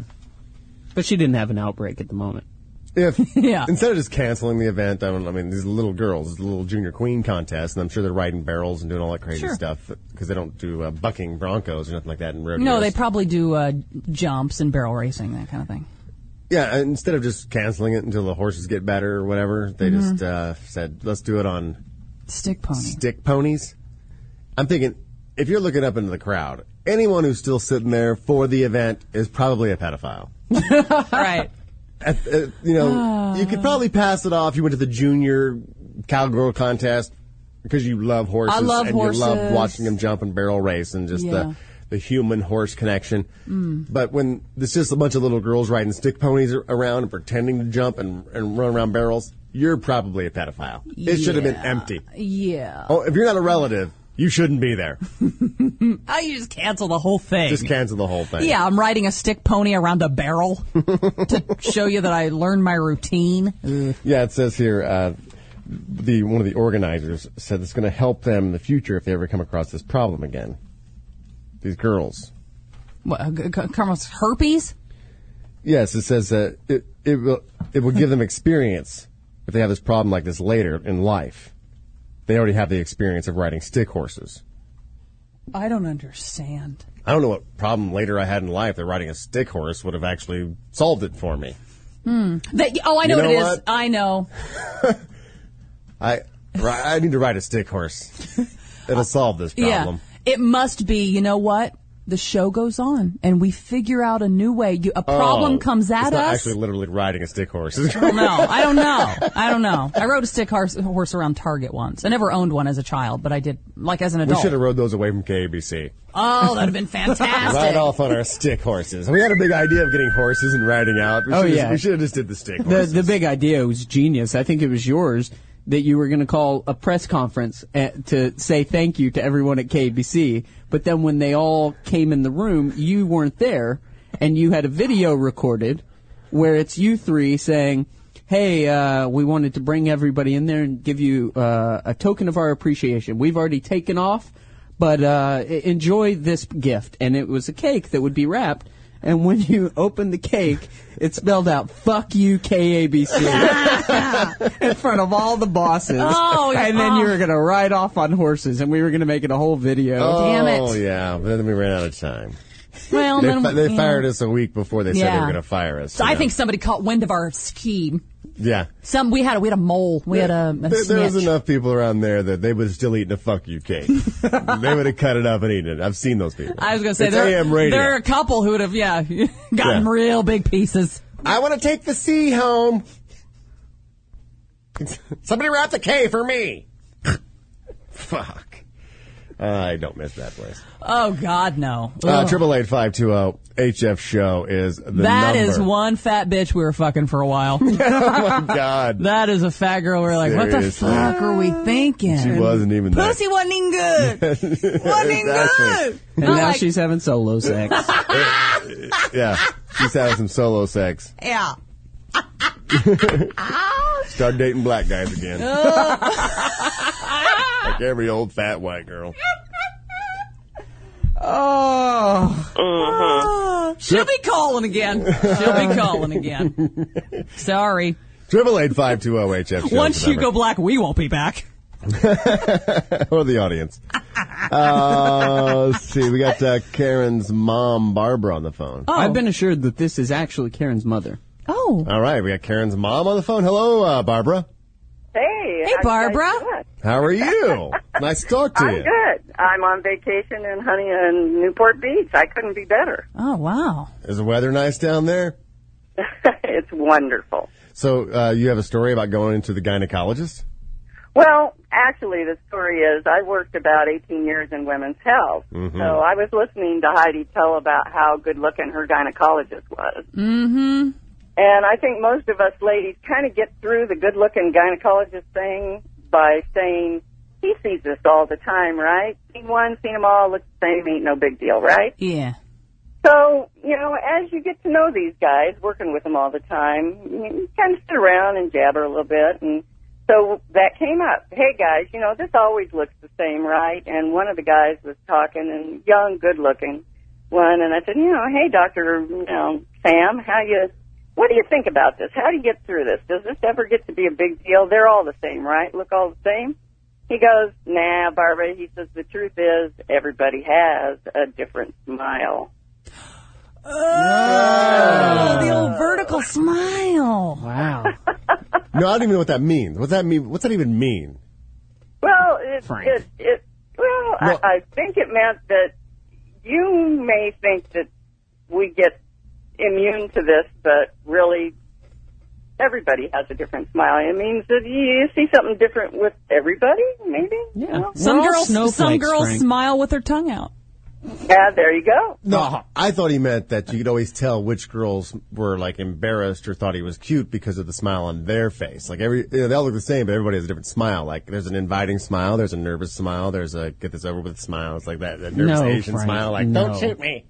But she didn't have an outbreak at the moment. if Yeah. instead of just canceling the event, I don't. I mean, these little girls, this little junior queen contest, and I'm sure they're riding barrels and doing all that crazy Sure. stuff because they don't do uh, bucking broncos or nothing like that in rodeos. No, they probably do uh, jumps and barrel racing, that kind of thing. yeah. and Instead of just canceling it until the horses get better or whatever, they Mm-hmm. just uh, said, "Let's do it on Stick pony. stick ponies. I'm thinking if you're looking up into the crowd, anyone who's still sitting there for the event is probably a pedophile. right. At- uh, you know, you Ah. could probably pass it off. You went to the junior cowgirl contest because you love horses I love and you love horses. watching them jump and barrel race and just Yeah. Mm. the the human horse connection. But when it's just a bunch of little girls riding stick ponies ar- around and pretending to jump and, and run around barrels, you're probably a pedophile. It should have been Yeah. empty. Yeah. Oh, if you're not a relative, you shouldn't be there. Oh, you just cancel the whole thing. Just cancel the whole thing. yeah, I'm riding a stick pony around a barrel to show you that I learned my routine. Yeah, it says here uh, the one of the organizers said it's going to help them in the future if they ever come across this problem again. These girls. What, uh, g- g- come on, herpes? Yes, it says uh, it it will it will give them experience if they have this problem like this later in life. They already have the experience of riding stick horses. I don't understand. I don't know what problem later I had in life that riding a stick horse would have actually solved it for me. That, oh, I You know, know what it is. what? I know. I ri- I need to ride a stick horse. It'll solve this problem. Yeah. It must be, you know what? The show goes on and we figure out a new way. You, a problem Oh, comes at it's not us. Actually, literally riding a stick horse. I don't know. I don't know. I don't know. I rode a stick horse, horse around Target once. I never owned one as a child, but I did, like as an we adult. should have rode those away from KABC. Oh, that'd have been fantastic. Ride off on our stick horses. We had a big idea of getting horses and riding out. We Oh, should've- yeah. we should have just did the stick The horses. the big idea was genius. I think it was yours that you were going to call a press conference at, to say thank you to everyone at KBC. But then when they all came in the room, you weren't there, and you had a video recorded where it's you three saying. Hey, uh, we wanted to bring everybody in there and give you uh, a token of our appreciation. We've already taken off, but uh, e- enjoy this gift. And it was a cake that would be wrapped. And when you opened the cake, it spelled out "fuck you, KABC" in front of all the bosses. Oh, and then oh. you were gonna ride off on horses, and we were gonna make it a whole video. Damn it. Oh, yeah. But then we ran out of time. well, They, then fi- they yeah. fired us a week before they said they Oh, Yeah. were going to fire us. So I yeah. think somebody caught wind of our scheme. Yeah. Some we had a, we had a mole. We had a, a there, there was snitch. enough people around there that they would still eating a fuck you cake. they would have cut it up and eaten it. I've seen those people. I was gonna say It's there, AM radio. there are a couple who would have yeah gotten Yeah. real big pieces. I want to take the C home. Somebody wrap the K for me. Fuck. I don't miss that place. Uh, Oh God, no. Ugh. Triple eight five two zero HF show is the That number. is one fat bitch we were fucking for a while. oh my god, that is a fat girl. We are like, what the Seriously. fuck are we thinking? she wasn't even that. Pussy wasn't even good. wasn't even Exactly. good. and I'm now like, she's having solo sex. Yeah, she's having some solo sex. yeah. Start dating black guys again. like every old fat white girl. Oh. Ah. She'll be calling again. She'll be calling again. Sorry. Triple eight five two oh, zero HF. Once you go black, we won't be back. or the audience. Uh, let's see. We got uh, Karen's mom, Barbara, on the phone. Oh. I've been assured that this is actually Karen's mother. Oh. All right, we got Karen's mom on the phone. Hello, uh, Barbara. Hey. Hey, how you guys Barbara. doing? How are you? nice to talk to I'm you. good. I'm on vacation in honey in Newport Beach. I couldn't be better. Oh, wow. Is the weather nice down there? it's wonderful. So uh, you have a story about going into the gynecologist? Well, actually, the story is I worked about 18 years in women's health. Mhm. So I was listening to Heidi tell about how good looking her gynecologist was. Mm-hmm. And I think most of us ladies kind of get through the good looking gynecologist thing by saying, he sees this all the time, right? Seen one, seen them all, looks the same, ain't no big deal, right? Yeah. So, you know, as you get to know these guys, working with them all the time, you kind of sit around and jabber a little bit. And so that came up. Hey guys, you know, this always looks the same, right? And one of the guys was talking and young, good looking one. And I said, you know, hey Dr. You know, Sam, how you, what do you think about this? How do you get through this? Does this ever get to be a big deal? They're all the same, right? Look all the same? He goes, nah, Barbara. He says, the truth is everybody has a different smile. Oh, the old vertical smile. Wow. No, I don't even know what that means. What's that mean? What's that even mean? Well, it, Frank. it, it well, Well- I, I think it meant that you may think that we get immune to this, but really everybody has a different smile. It means that you see something different with everybody, maybe? you Yeah. know? Some We're all girls, some snowflakes, girls Frank. smile with their tongue out. Yeah, there you go. No, Uh-huh. I thought he meant that you could always tell which girls were like embarrassed or thought he was cute because of the smile on their face. Like every, you know, they all look the same, but everybody has a different smile. Like there's an inviting smile, there's a nervous smile, there's a get this over with smile. It's like that, that nervous No, Asian Frank, smile. Like no. don't shoot me.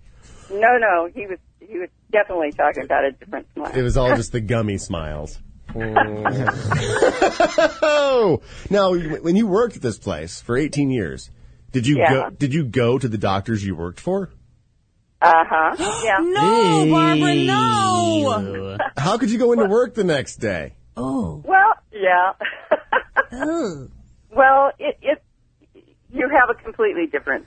No, no, he was he was definitely talking about a different smile. It was all just the gummy smiles. oh, now when you worked at this place for 18 years, did you Yeah. go? Did you go to the doctors you worked for? Uh huh. Yeah. No, Barbara, no. How could you go into work the next day? Oh. Well, yeah. well, it, it you have a completely different.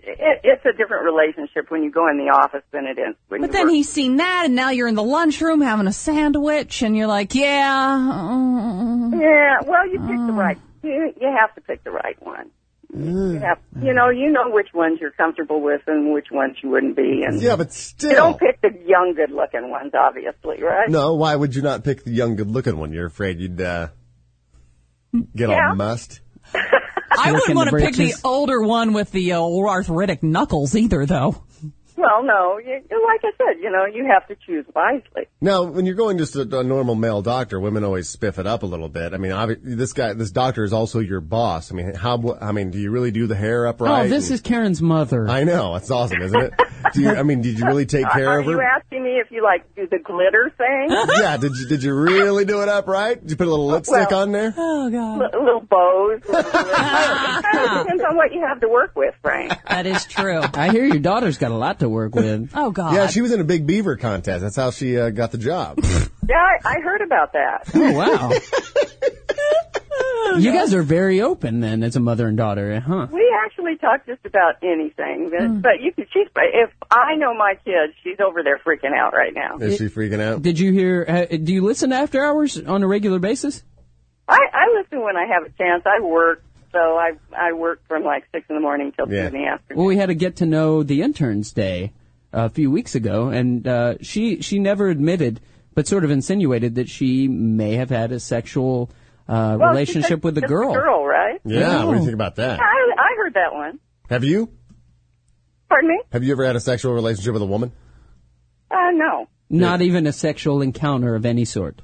It, it's a different relationship when you go in the office than it is when But you then work. he's seen that, and now you're in the lunchroom having a sandwich, and you're like, yeah. uh, Yeah. Well, you pick the right. You you have to pick the right one. Mm. You, have, you know, you know which ones you're comfortable with and which ones you wouldn't be. And Yeah, but you still. don't pick the young, good-looking ones, obviously, right? No, why would you not pick the young, good-looking one? You're afraid you'd uh, get Yeah. all must. Jerking I wouldn't want to the pick the britches. older one with the uh, arthritic knuckles either, though. Well, no. You, you- like I said, you know, you have to choose wisely. Now, when you're going just to a normal male doctor, women always spiff it up a little bit. I mean, obvi- this guy, this doctor is also your boss. I mean, how? I mean, do you really do the hair upright? Oh, this And- is Karen's mother. I know. That's awesome, isn't it? Do you, I mean, did you really take care Are of her? you asking me if you like do the glitter thing? yeah. Did you Did you really do it upright? Did you put a little lipstick Well- on there? Oh, God. Li- little bows. Little it kind of depends on what you have to work with, Frank. That is true. I hear your daughter's got a lot to work with. Oh, God. Yeah, she was in a big beaver contest. That's how she uh, got the job. Yeah, I, I heard about that. Oh, wow. you guys are very open then as a mother and daughter, huh? We actually talk just about anything, but, Hmm. but you could. She's if I know my kid, she's over there freaking out right now. Is she freaking out? Did you hear? Uh, do you listen to After Hours on a regular basis? I, I listen when I have a chance. I work, so I I work from like six in the morning till Yeah. two in the afternoon. Well, we had a get to know the interns day a few weeks ago, and uh, she she never admitted, but sort of insinuated that she may have had a sexual uh, Well, she relationship said with a just girl. girl, right? yeah. What do you think about that? I I heard that one. Have you? Pardon me? Have you ever had a sexual relationship with a woman? Uh, no, Not even a sexual encounter of any sort.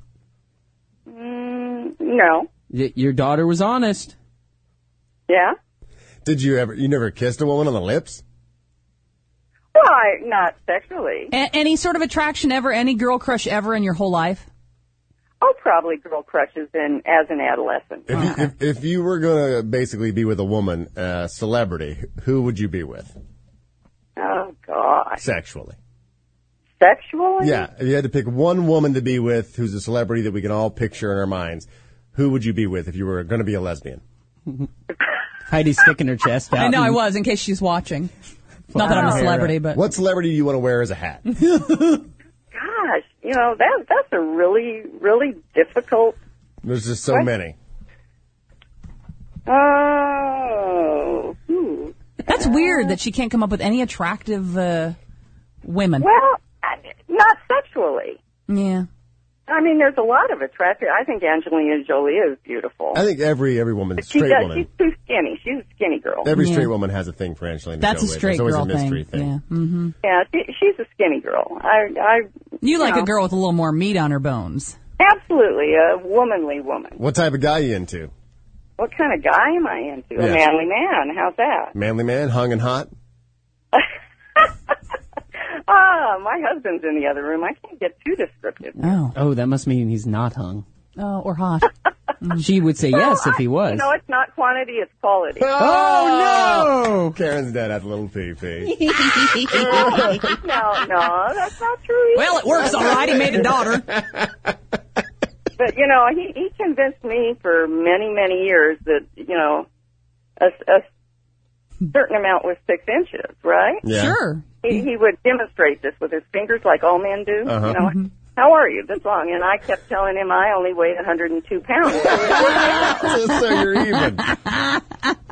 mm, no. Y- your daughter was honest. Yeah. Did you ever? You never kissed a woman on the lips? Why not sexually? A- any sort of attraction ever, any girl crush ever in your whole life? Oh, probably girl crushes in as an adolescent. If you, if, if you were gonna basically be with a woman, uh, celebrity, who would you be with? Oh God. Sexually. Sexually? Yeah. If you had to pick one woman to be with who's a celebrity that we can all picture in our minds, who would you be with if you were going to be a lesbian? Heidi's sticking her chest out. I know I was, in case she's watching. Not that I'm a celebrity, but What celebrity do you want to wear as a hat? Gosh, you know that that's a really really difficult. There's just so many. Oh. hmm. that's weird that she can't come up with any attractive uh, women. Well, I- not sexually. yeah. I mean, there's a lot of attractive. I think Angelina Jolie is beautiful. I think every every woman, she straight does. She's woman, too skinny. She's a skinny girl. every straight woman has a thing for Angelina That's a Jolie. straight It's always girl a mystery thing. Yeah. hmm Yeah, she, she's a skinny girl. I, I. You like know, a girl with a little more meat on her bones. Absolutely, a womanly woman. What type of guy you into? What kind of guy am I into? A Yeah. manly man. How's that? Manly man, hung and hot. Ah, my husband's in the other room. I can't get too descriptive. Oh. Oh, that must mean he's not hung. Oh, or hot. She would say yes if he was. No, it's not quantity; it's quality. Oh, no! Karen's dead at little pee pee. no, no, that's not true. either. Well, it works all right. He made a daughter. but you know, he he convinced me for many many years that you know, a, a certain amount was six inches, right? Yeah. Sure. He Mm-hmm. he would demonstrate this with his fingers, like all men do. Uh-huh. You know, Mm-hmm. how are you this long? And I kept telling him I only weighed 102 pounds. so, so you're even.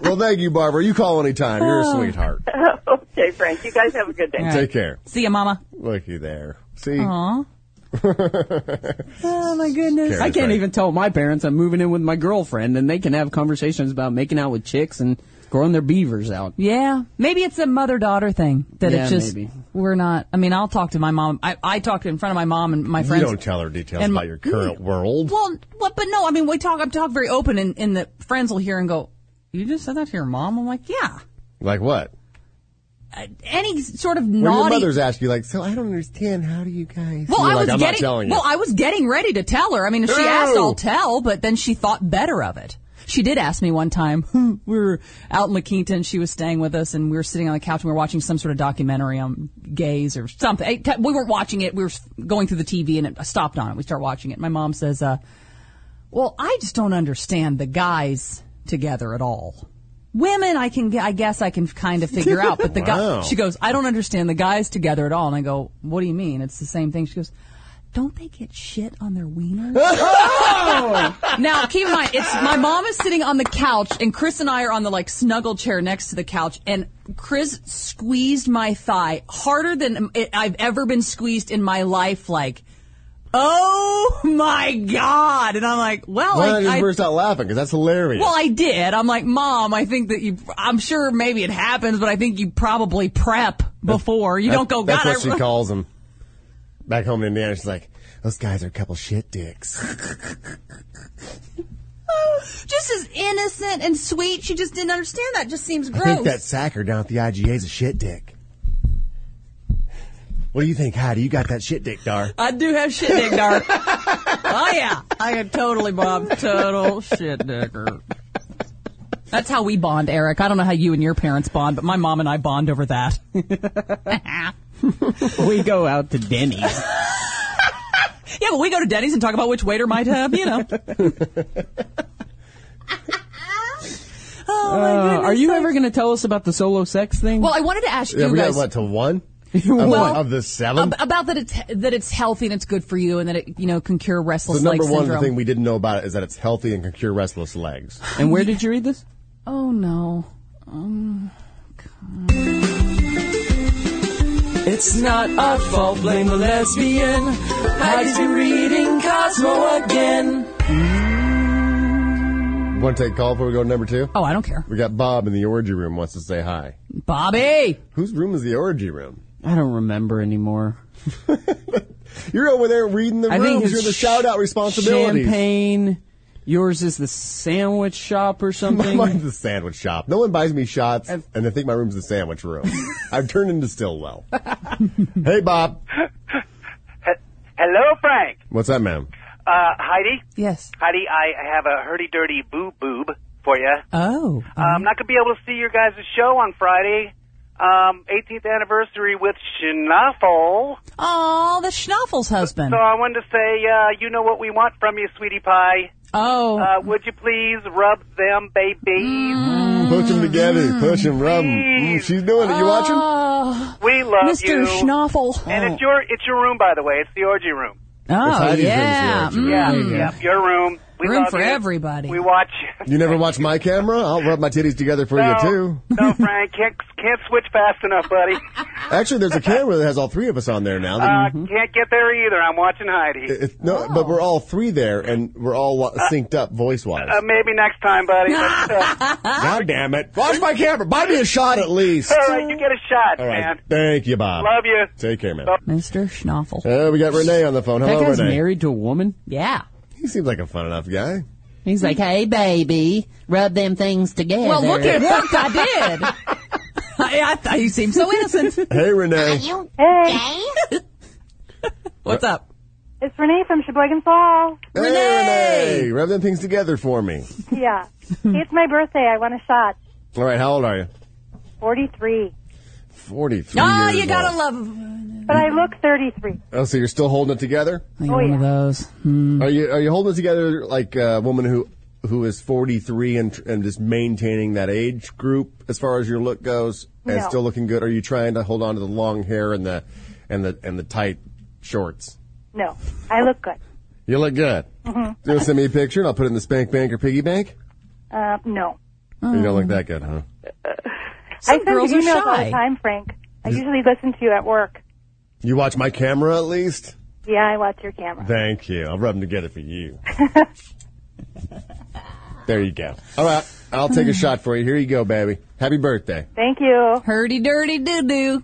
Well, thank you, Barbara. You call anytime. You're a Oh. sweetheart. okay, Frank, you guys have a good day. Take care. See ya, mama. Looky there. See, Aw. oh my goodness. Karen's I can't right. even tell my parents I'm moving in with my girlfriend, and they can have conversations about making out with chicks and growing their beavers out. Yeah, maybe it's a mother daughter thing that Yeah, it just maybe. we're not. I mean, I'll talk to my mom. I, I talked in front of my mom and my You friends. don't tell her details And- about your current world. Well, what? But no, I mean, we talk. I talk very open, and, and the friends will hear and go, "You just said that to your mom." I'm like, "Yeah." Like what? Uh, Any sort of When your naughty. mother's asked you, like, so I don't understand. How do you guys? well, You're I like, was I'm getting. not telling you. Oh. Well, I was getting ready to tell her. I mean, if she No. asked, I'll tell. But then she thought better of it. She did ask me one time. we were out in La Quinta, and she was staying with us, and we were sitting on the couch, and we were watching some sort of documentary on gays or something. I- We weren't watching it. We were going through the TV, and it stopped on it. We started watching it. My mom says, uh, Well, I just don't understand the guys together at all. Women, I can, I guess I can kind of figure out, but the Wow. guy, she goes, I don't understand the guys together at all. And I go, what do you mean? It's the same thing. She goes, don't they get shit on their wieners? now, keep in mind, it's, my mom is sitting on the couch and Chris and I are on the like snuggle chair next to the couch and Chris squeezed my thigh harder than it, I've ever been squeezed in my life. Like, oh my God. And I'm like, well, Why I- not just I, burst out laughing? Because that's hilarious. well, I did. I'm like, Mom, I think that you, I'm sure maybe it happens, but I think you probably prep before. You don't go, That's God, I, what she calls them. Back home in Indiana, she's like, those guys are a couple shit dicks. just as innocent and sweet. She just didn't understand that. Just seems I gross. think that sacker down at the IGA is a shit dick. What do you think, Heidi? You got that shit dick, Dar? I do have shit dick, dark. oh yeah, I am totally Bob, total shit dicker. That's how we bond, Eric. I don't know how you and your parents bond, but my mom and I bond over that. we go out to Denny's. Yeah, but we go to Denny's and talk about which waiter might have, you know. oh my Uh, goodness. are you ever going to tell us about the solo sex thing? Well, I wanted to ask Yeah, you we guys got what to one of, Well, of the seven. ab- about that it's that it's healthy and it's good for you and that it you know can cure the restless leg number one syndrome. thing we didn't know about it is that it's healthy and can cure restless legs. and where did you read this? oh no. Um, It's not our fault, blame the lesbian. Heidi's been reading Cosmo again. Want to take a call before we go to number two? Oh, I don't care. We got Bob in the orgy room wants to say hi. Bobby. Whose room is the orgy room? I don't remember anymore. You're over there reading the I think rooms. it's You're the shout out responsibilities. Champagne. Yours is the sandwich shop or something. Mine's the sandwich shop. No one buys me shots, and they think my room's the sandwich room. I've turned into Stillwell. hey, Bob. Hello, Frank. What's up, ma'am? Uh, Heidi, Yes. Heidi, I have a hurdy dirty boo boob for you. Oh. I'm not gonna be able to see your guys' show on Friday. um, 18th anniversary with Schnaffle. Oh, the Schnaffel's husband. So I wanted to say, uh, you know what we want from you, sweetie pie. Oh. Uh, would you please rub them babies? Mm-hmm. Push them together. Push them, rub 'em. Mm, she's doing it. You watching? Oh, We love you. Mr. Schnaffel. And it's your it's your room, by the way. It's the orgy room. It's Oh, Heidi's room, yeah. it's the orgy Mm. room. Yeah. Yep, your room. We Room love for you. everybody. We watch. You never watch my camera? I'll rub my titties together for you, too. no, Frank, can't can't switch fast enough, buddy. Actually, there's a camera that has all three of us on there now. Uh, Can't get there either. I'm watching Heidi. Mm-hmm. It- it- no, but we're all three there, and we're all wa- synced up voice-wise. Uh, maybe next time, buddy. But, uh, God damn it! Watch my camera. Buy me a shot at least. all right, you get a shot, All right. man. Thank you, Bob. Love you. Take care, man. Mr. Schnaffel. Uh, we got Renee on the phone. That Hello, guy's Renee. married to a woman. Yeah. He seems like a fun enough guy. He's like, hey, baby, rub them things together. Well, look at look, I did. I, I thought you seemed so innocent. Hey, Renee. Hey, What's up? it's Renee from Sheboygan Falls. Hey, Renee. Rub them things together for me. Yeah, it's my birthday. I want a shot. All right, how old are you? Forty-three, 43 Oh, Ah, years you gotta old. but I look thirty-three. Oh, so you're still holding it together? I think one of those. Hmm. Mm-hmm. Are you are you holding it together like a woman who who is 43 and tr- and just maintaining that age group as far as your look goes and No. still looking good? Are you trying to hold on to the long hair and the and the and the tight shorts? No, I look good. You look good. Mhm. You want to send me a picture and I'll put it in the spank bank or piggy bank? Uh, no, Or You don't look that good, huh? I send girls you are emails all shy. the time, Frank. I usually listen to you at work. You watch my camera at least? Yeah, I watch your camera. Thank you. I'll rub them together for you. there you go. All right. I'll take a shot for you. Here you go, baby. Happy birthday. Thank you. Hurdy dirty doo doo.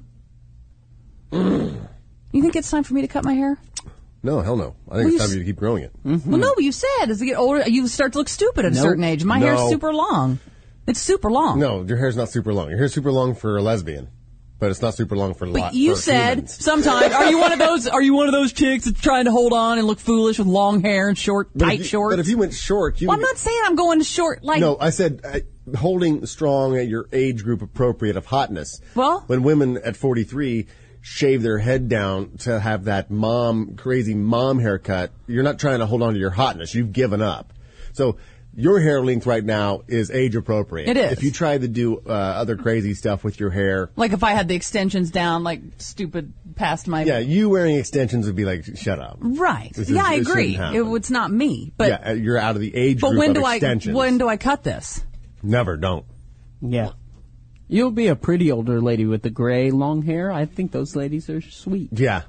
You think it's time for me to cut my hair? No, hell no. I think Well, it's time you s- Hmm? for you to keep growing it. Well, no, but you said as you get older, you start to look stupid at Hmm. a Nope. certain age. My hair's No. super long. It's super long. No, your hair's not super long. Your hair's super long for a lesbian, but it's not super long for But lot. you for said humans. sometimes are you one of those are you one of those chicks that's trying to hold on and look foolish with long hair and short But if tight you- shorts? But if you went short, you well, I'm would not saying I'm going to short like no, I said uh, holding strong at your age group appropriate of hotness. Well- when women at 43 shave their head down to have that mom crazy mom haircut, you're not trying to hold on to your hotness. You've given up. So your hair length right now is age appropriate. It is. If you try to do uh, other crazy stuff with your hair, like if I had the extensions down like stupid past my yeah, you wearing extensions would be like, shut up. right. This is- yeah, I this agree. shouldn't It, happen. it's not me, but yeah, uh, you're out of the age but group when of do extensions. I when do I cut this? Never, don't. Yeah. You'll be a pretty older lady with the gray long hair. I think those ladies are sweet. Yeah.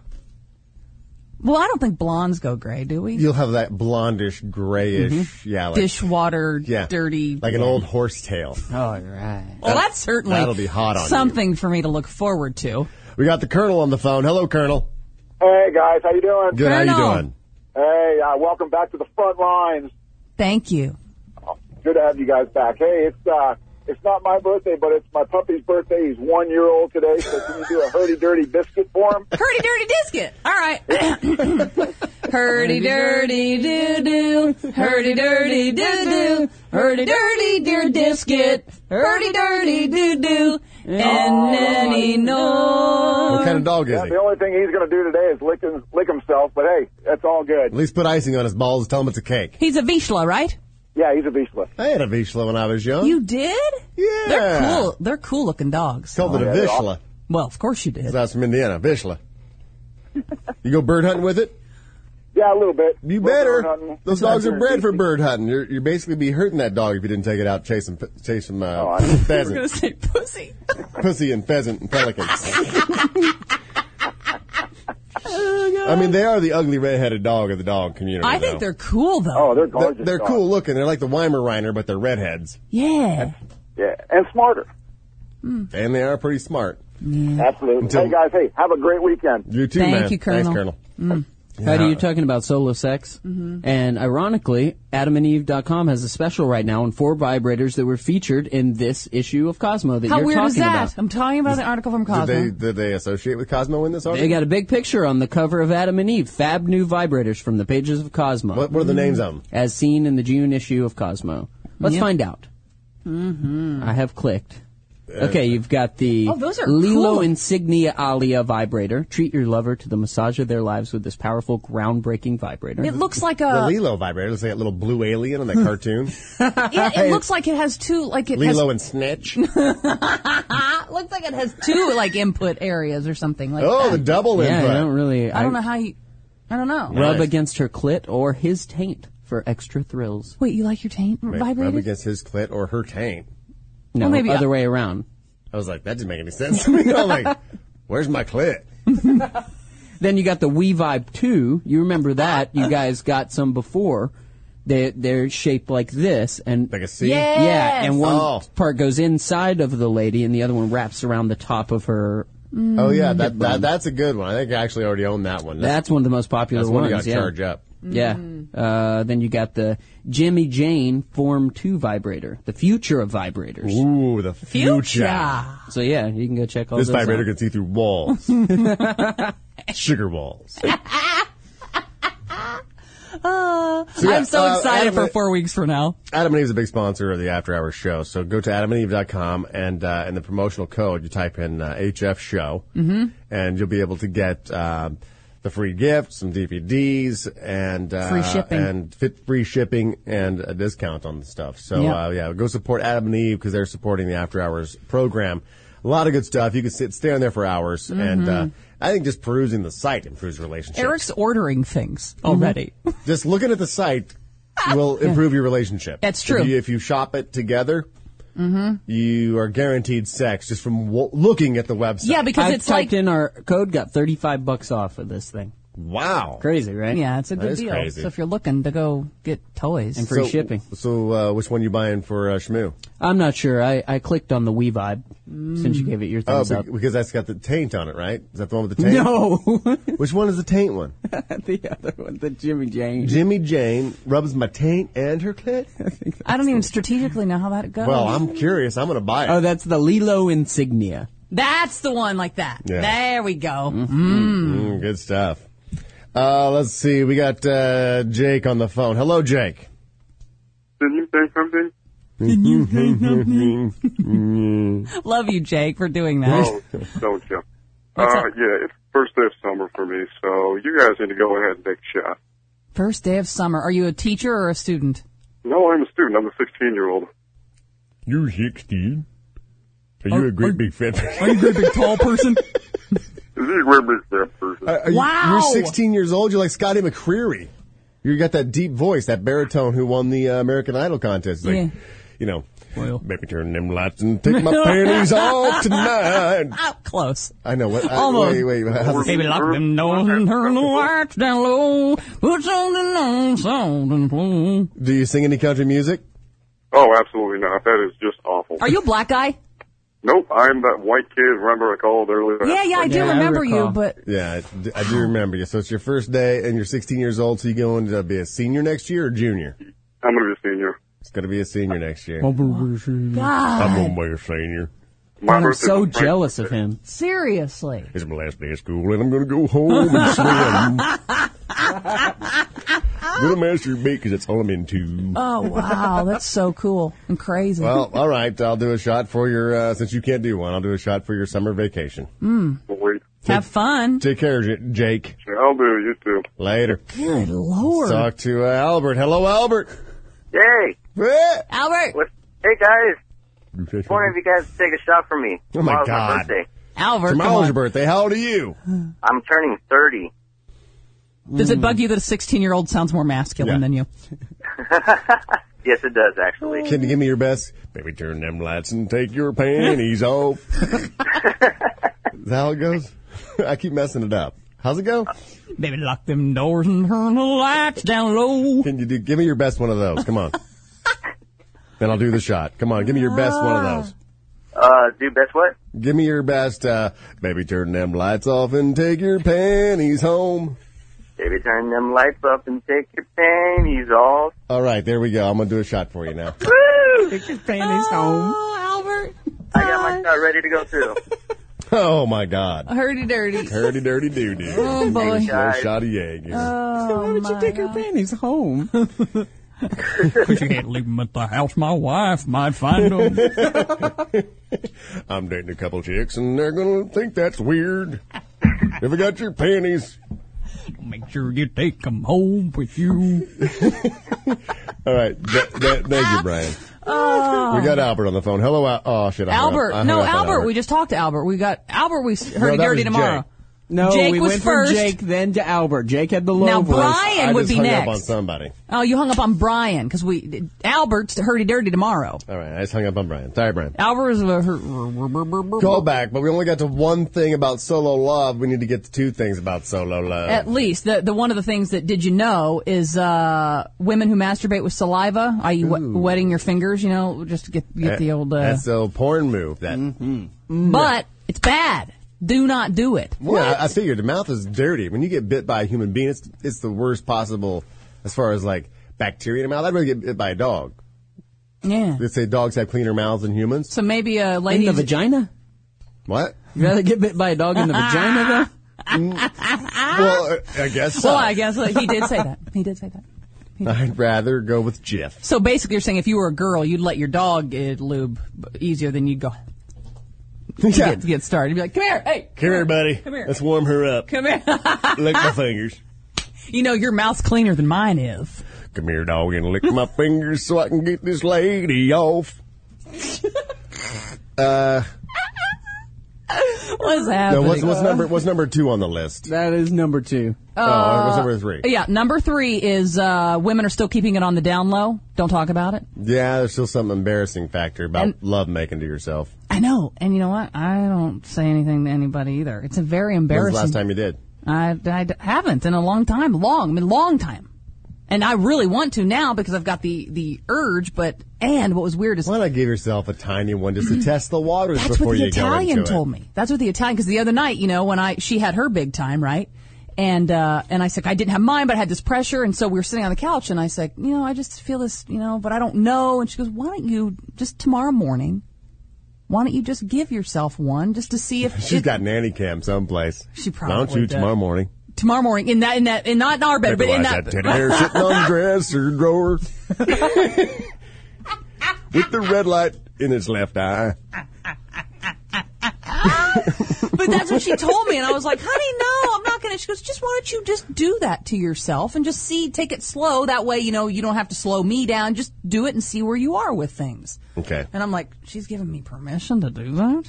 Well, I don't think blondes go gray, do we? You'll have that blondish, grayish, Mm-hmm. yeah, like, Dishwater, yeah, dirty, like an old horse tail. All right. Well, That- that's certainly that'll be hot on you. something for me to look forward to. We got the colonel on the phone. Hello, colonel. Hey guys, how you doing? Good. How Colonel. you doing? Hey, uh, welcome back to the front lines. Thank you. Good to have you guys back. Hey, it's uh, it's not my birthday, but it's my puppy's birthday. He's one year old today, so can you do a hurdy dirty biscuit for him? Hurdy dirty disket. All right. Hurdy dirty doo doo. Hurdy dirty doo doo. Hurdy dirty dear disket. Hurdy dirty doo doo. And nanny E no. What kind of dog is Yeah, he? the only thing he's going to do today is lick, his, lick himself. But hey, that's all good. At least put icing on his balls. Tell him it's a cake. He's a Vishla, right? Yeah, he's a beastlet. I had a Vishla when I was young. You did? yeah. They're cool. They're cool looking dogs. Called it a Oh, Yeah, they're Vishla. Well, of course you did. 'Cause I was from Indiana. Vishla. you go bird hunting with it? Yeah, a little bit. Little bit You of better. hunting. Those dogs are bred for bird hunting. You're, you'd basically be hurting that dog if you didn't take it out chasing p- chasing uh, Oh, I- I was pheasant, gonna say pussy. pussy and pheasant and pelicans. I mean, they are the ugly redheaded dog of the dog community. I think though. they're cool though. Oh, they're They're, gorgeous. they're dogs. cool looking. They're like the Weimaraner, but they're redheads, Yeah. Yeah, and smarter. and they are pretty smart. Absolutely. Until- hey guys, hey, have a great weekend. You too, Thank man. you, Colonel. Mm-hmm. Thanks, Colonel. Heidi, you're talking about solo sex. And ironically, AdamandEve.com has a special right now on four vibrators that were featured in this issue of Cosmo that How you're weird talking is that? about. I'm talking about an article from Cosmo. Did they did they associate with Cosmo in this They article? got a big picture on the cover of Adam and Eve, fab new vibrators from the pages of Cosmo, what, Mm. what are the names of them? as seen in the June issue of Cosmo. Let's Yep. find out. Mm-hmm. I have clicked. Uh, Okay, you've got the Oh, those are Lilo cool. Insignia Alia vibrator. Treat your lover to the massage of their lives with this powerful, groundbreaking vibrator. It looks like a- the Lilo vibrator. It's like that little blue alien in that cartoon. It, it looks like it has two, like it Lilo has, and Snitch. it looks like it has two like input areas or something like Oh, that. the double yeah, input. I don't really. I don't know how you. I don't know. Rub against her clit or his taint for extra thrills. Wait, you like your taint Wait, vibrated? Rub against his clit or her taint. No, Well, maybe other I- way around. I was like, that didn't make any sense to me. I'm like, where's my clit? Then you got the We Vibe 2. You remember that. You guys got some before. They, they're shaped like this and like a C? yeah Yes. and one Oh. part goes inside of the lady and the other one wraps around the top of her Oh yeah, that, that that's a good one. I think I actually already own that one. That's one of the most popular that's ones. one you gotta yeah. charge up. Mm-hmm. Yeah. Uh, then you got the Jimmy Jane Form Two vibrator, the future of vibrators. Ah. Ooh, the future. So yeah, you can go check all This those uh, vibrator out. can see through walls, sugar walls. Uh, So, yeah, I'm so uh, excited Adam for and- four weeks from now. Adam and Eve is a big sponsor of the After Hours show, so go to adamandeve.com and uh, and the promotional code you type in uh, HF show, Mhm. and you'll be able to get um, the free gift, some DVDs, and uh, Free shipping. and fit free shipping and a discount on the stuff. So Yeah. uh, yeah, go support Adam and Eve because they're supporting the After Hours program. A lot of good stuff. You can sit stay on there for hours, Mm-hmm. and uh, Mhm. I think just perusing the site improves relationships. Eric's ordering things Mm-hmm. already. Just looking at the site will improve your relationship. That's true. If you, if you shop it together, Mm-hmm. you are guaranteed sex just from w- looking at the website. Yeah, because I it's typed like- in our code, got thirty five bucks off of this thing. Wow, crazy, right? Yeah, it's a good deal. So if you're looking to go get toys And free shipping. So, uh, which one you buying for uh, Shmoo? I'm not sure. I, I clicked on the We Vibe since you gave it your thumbs oh, be- up. because that's got the taint on it, right? Is that the one with the taint? No. which one is the taint one? the other one, the Jimmy Jane. Jimmy Jane rubs my taint and her clit. I don't even strategically know how that goes. well, I'm curious. I'm gonna buy it. Uh, Oh, that's the Lilo Insignia. That's the one like that. Yeah. There we go. Mm, good stuff. Uh, let's see. We got uh, Jake on the phone. Hello, Jake. Did you say something? Mm-hmm. Love you, Jake, for doing that. Oh, don't you? Uh, yeah, it's first day of summer for me, so you guys need to go ahead and take a shot. First day of summer. Are you a teacher or a student? No, I'm a student. I'm a 16 year old. You're 16. Are Oh, you a great big fat person? Are you a great big tall person? Is he a great big fat person? Uh, Are you- You're 16 years old. You're like Scotty McCreery. You got that deep voice, that baritone who won the uh, American Idol contest. It's Like, Yeah. You know, baby, turn them lights and take my panties off tonight. Close. I know what. I, Almost. Wait, wait. how's Baby, lock them doors and turn the lights down low. Put on the long sound and low. Do you sing any country music? Oh, absolutely not. That is just awful. Are you a black guy? Nope, I'm that white kid. Remember I called earlier? Yeah, yeah, I do remember you, but Yeah, I d- I do remember you. So it's your first day, and you're 16 years old. So you going to be a senior next year or junior? I'm gonna be a senior. It's going to be a senior next year. I'm God. going to be a senior. My I'm birthday so was my- jealous of him. seriously. It's my last day of school, and I'm going to go home and swim. going to masturbate because that's all I'm into. Oh, wow. That's so cool and crazy. Well, all right. I'll do a shot for your, uh, since you can't do one, I'll do a shot for your summer vacation. Mm. Wait. Have fun. Take care, J- Jake. I'll do. You too. Later. Good Lord. Talk to uh, Albert. Hello, Albert. Yay! Albert! hey guys! Just wondering if you guys would take a shot for me. Oh, my Tomorrow's God. birthday. Albert, come Tomorrow's on. your birthday. How old are you? I'm turning 30. Does it bug you that a 16 year old sounds more masculine than you? Yes, it does actually. Can you give me your best? Baby, turn them lights and take your panties off. Is that how it goes? I keep messing it up. How's it go? Baby, lock them doors and turn the lights down low. Can you do, give me your best one of those? Come on. then I'll do the shot. Come on, give me your best one Ah. of those. Uh, do best what? Give me your best, uh, baby, turn them lights off and take your panties home. Baby, turn them lights up and take your panties off. All right, there we go. I'm gonna do a shot for you now. Take your panties home. Albert. I got my shot ready to go too. Oh my God, Hurdy dirty. hurdy dirty doo doo. Oh, boy. Oh. no shot of Jaeger. Why would you take your panties home? Because you can't leave them at the house. My wife might find them. I'm dating a couple chicks, and they're gonna think that's weird. If I got your panties, Make sure you take them home with you. all right. Th- th- thank you, Brian. Oh. We got Albert on the phone. Hello, Al- oh shit, I hung up- Albert. I hung no, up on Albert, We just talked to Albert. We got Albert. We s- heard that dirty was tomorrow. Jake. No, Jake we was went first. from Jake, then to Albert. Jake had the low Now voice. Brian I would just be hung up next. on somebody. Oh, you hung up on Brian because we Albert's hurdy dirty tomorrow. All right, I just hung up on Brian. Sorry, Brian. Albert is a Go back, but we only got to one thing about solo love. We need to get to two things about solo love. At least the the one of the things that did you know is uh, women who masturbate with saliva, i.e., wet- wetting your fingers. You know, just to get get the old. Uh, Eh, That's the old porn move. That. Mm-hmm. but it's bad. Do not do it. Yeah, I, I figured the mouth is dirty. When you get bit by a human being, it's it's the worst possible as far as like bacteria in the mouth. I'd rather get bit by a dog. Yeah. They say dogs have cleaner mouths than humans. So maybe a lady the vagina. What? You rather get bit by a dog in the vagina Well, uh, I guess so. Well, I guess like, he did say that. He did say that. I'd rather go with Jif. So basically, you're saying if you were a girl, you'd let your dog uh, lube easier than you'd go. to get, to get started. You'd be like, come here, hey, Come here, buddy. Come here. Let's warm her up. come here. Lick my fingers. you know your mouth's cleaner than mine is. Come here, dog, and lick my fingers so I can get this lady off. Uh, What's no, happening? what's, what's number what's number two on the list? That is number two. oh, what's number three? Uh, Yeah, number three is uh, women are still keeping it on the down low. Don't talk about it. Yeah, there's still some embarrassing factor about And- love making to yourself. I know, and you know what? I don't say anything to anybody either. It's a very When's embarrassing. the last time you did? I, I d- haven't in a long time. Long, I mean, long time. And I really want to now because I've got the the urge. But and what was weird is why not give yourself a tiny one just to test the waters Mm-hmm. that's before what the you go into Italian it? told me. That's what the Italian. Because the other night, you know, when I she had her big time, right? And uh, and I said I didn't have mine, but I had this pressure, and so we were sitting on the couch, and I said, you know, I just feel this, you know, but I don't know. And she goes, why don't you just tomorrow morning? Why don't you just give yourself one just to see if She's got nanny cam someplace. She Why don't probably uh, you does. tomorrow morning? tomorrow morning in that in that in not in our bed, but in Otherwise, that that teddy bear sitting on the dresser drawer with the red light in its left eye. But that's what she told me, and I was like, "Honey, no, I'm not going to." She goes, "Just why don't you just do that to yourself and just see, take it slow. That way, you know, you don't have to slow me down. Just do it and see where you are with things." Okay. And I'm like, "She's giving me permission to do that."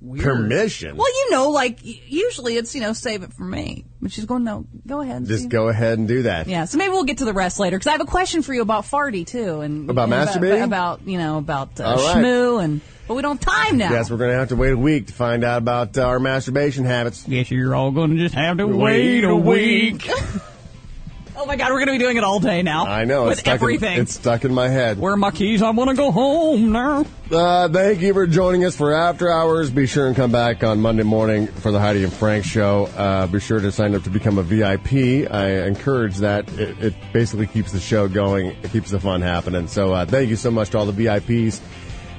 Weird. Permission. Well, you know, like y- usually it's you know save it for me, but she's going, "No, go ahead." and see." Just go ahead and do that. Yeah, so maybe we'll get to the rest later because I have a question for you about farty too, and About and masturbating? about, you know about uh, All right. shmoo, and but we don't have time now. Guess we're going to have to wait a week to find out about uh, our masturbation habits. Yes, you're all going to just have to oh my god, we're going to be doing it all day now. I know. with it's stuck everything. In, it's stuck in my head. Where are my keys? I want to go home now. Uh, thank you for joining us for After Hours. Be sure and come back on Monday morning for the Heidi and Frank show. Uh, be sure to sign up to become a VIP. I encourage that. It, it basically keeps the show going. It keeps the fun happening. So uh, thank you so much to all the VIPs.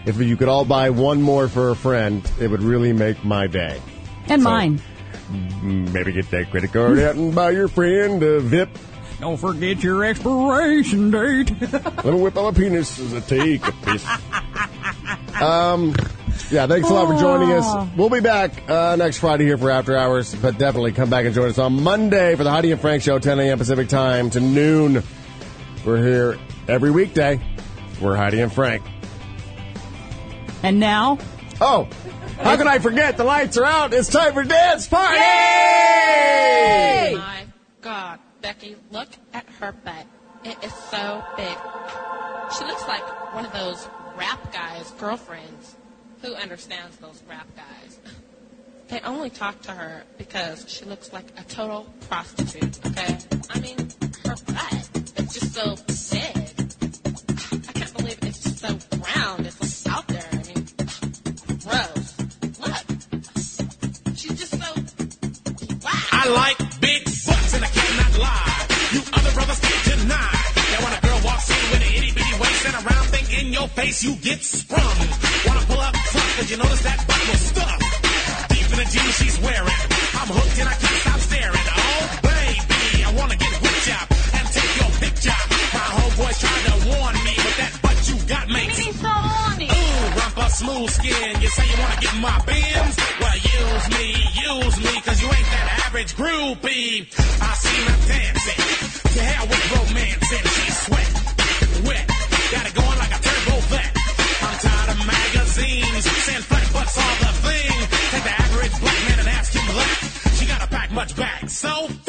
If you could all buy one more for a friend, it would really make my day. And mine. Maybe get that credit card out and buy your friend a VIP. Don't forget your expiration date. Let me whip out my penis as I take a piss. Um, yeah, thanks a lot for joining us. We'll be back uh, next Friday here for After Hours, but definitely come back and join us on Monday for the Heidi and Frank Show, 10 a.m. Pacific time to noon. We're here every weekday. We're Heidi and Frank. And now? Oh, how could I forget? The lights are out. It's time for dance party! My God, Becky, look at her butt. It is so big. She looks like one of those rap guys' girlfriends who understands those rap guys. They only talk to her because she looks like a total prostitute, okay? I mean, her butt is just so big. I can't believe it's just so round. It's just out there. I mean, gross. Look. She's just so I like big butts and I cannot lie. You other brothers can't deny that when a girl walks in with an itty bitty waist and a round thing in your face, you get sprung. Wanna pull up front, but you notice that butt was stuck deep in the jeans she's wearing. I'm hooked and I can't stop staring. Oh baby, I wanna get whipped up and take your picture. My whole boy tried to warn me, but that butt you got makes. Ooh, rump smooth cool skin. You say you wanna get in my bins? Well, use me, use me, cause you ain't that average groupie. I seen her dancing. To hell with romance and she sweat, wet. Got it going like a turbo vet. I'm tired of magazines. Sand flat butts all the thing. Take the average black man and ask him left. She got a pack much back, so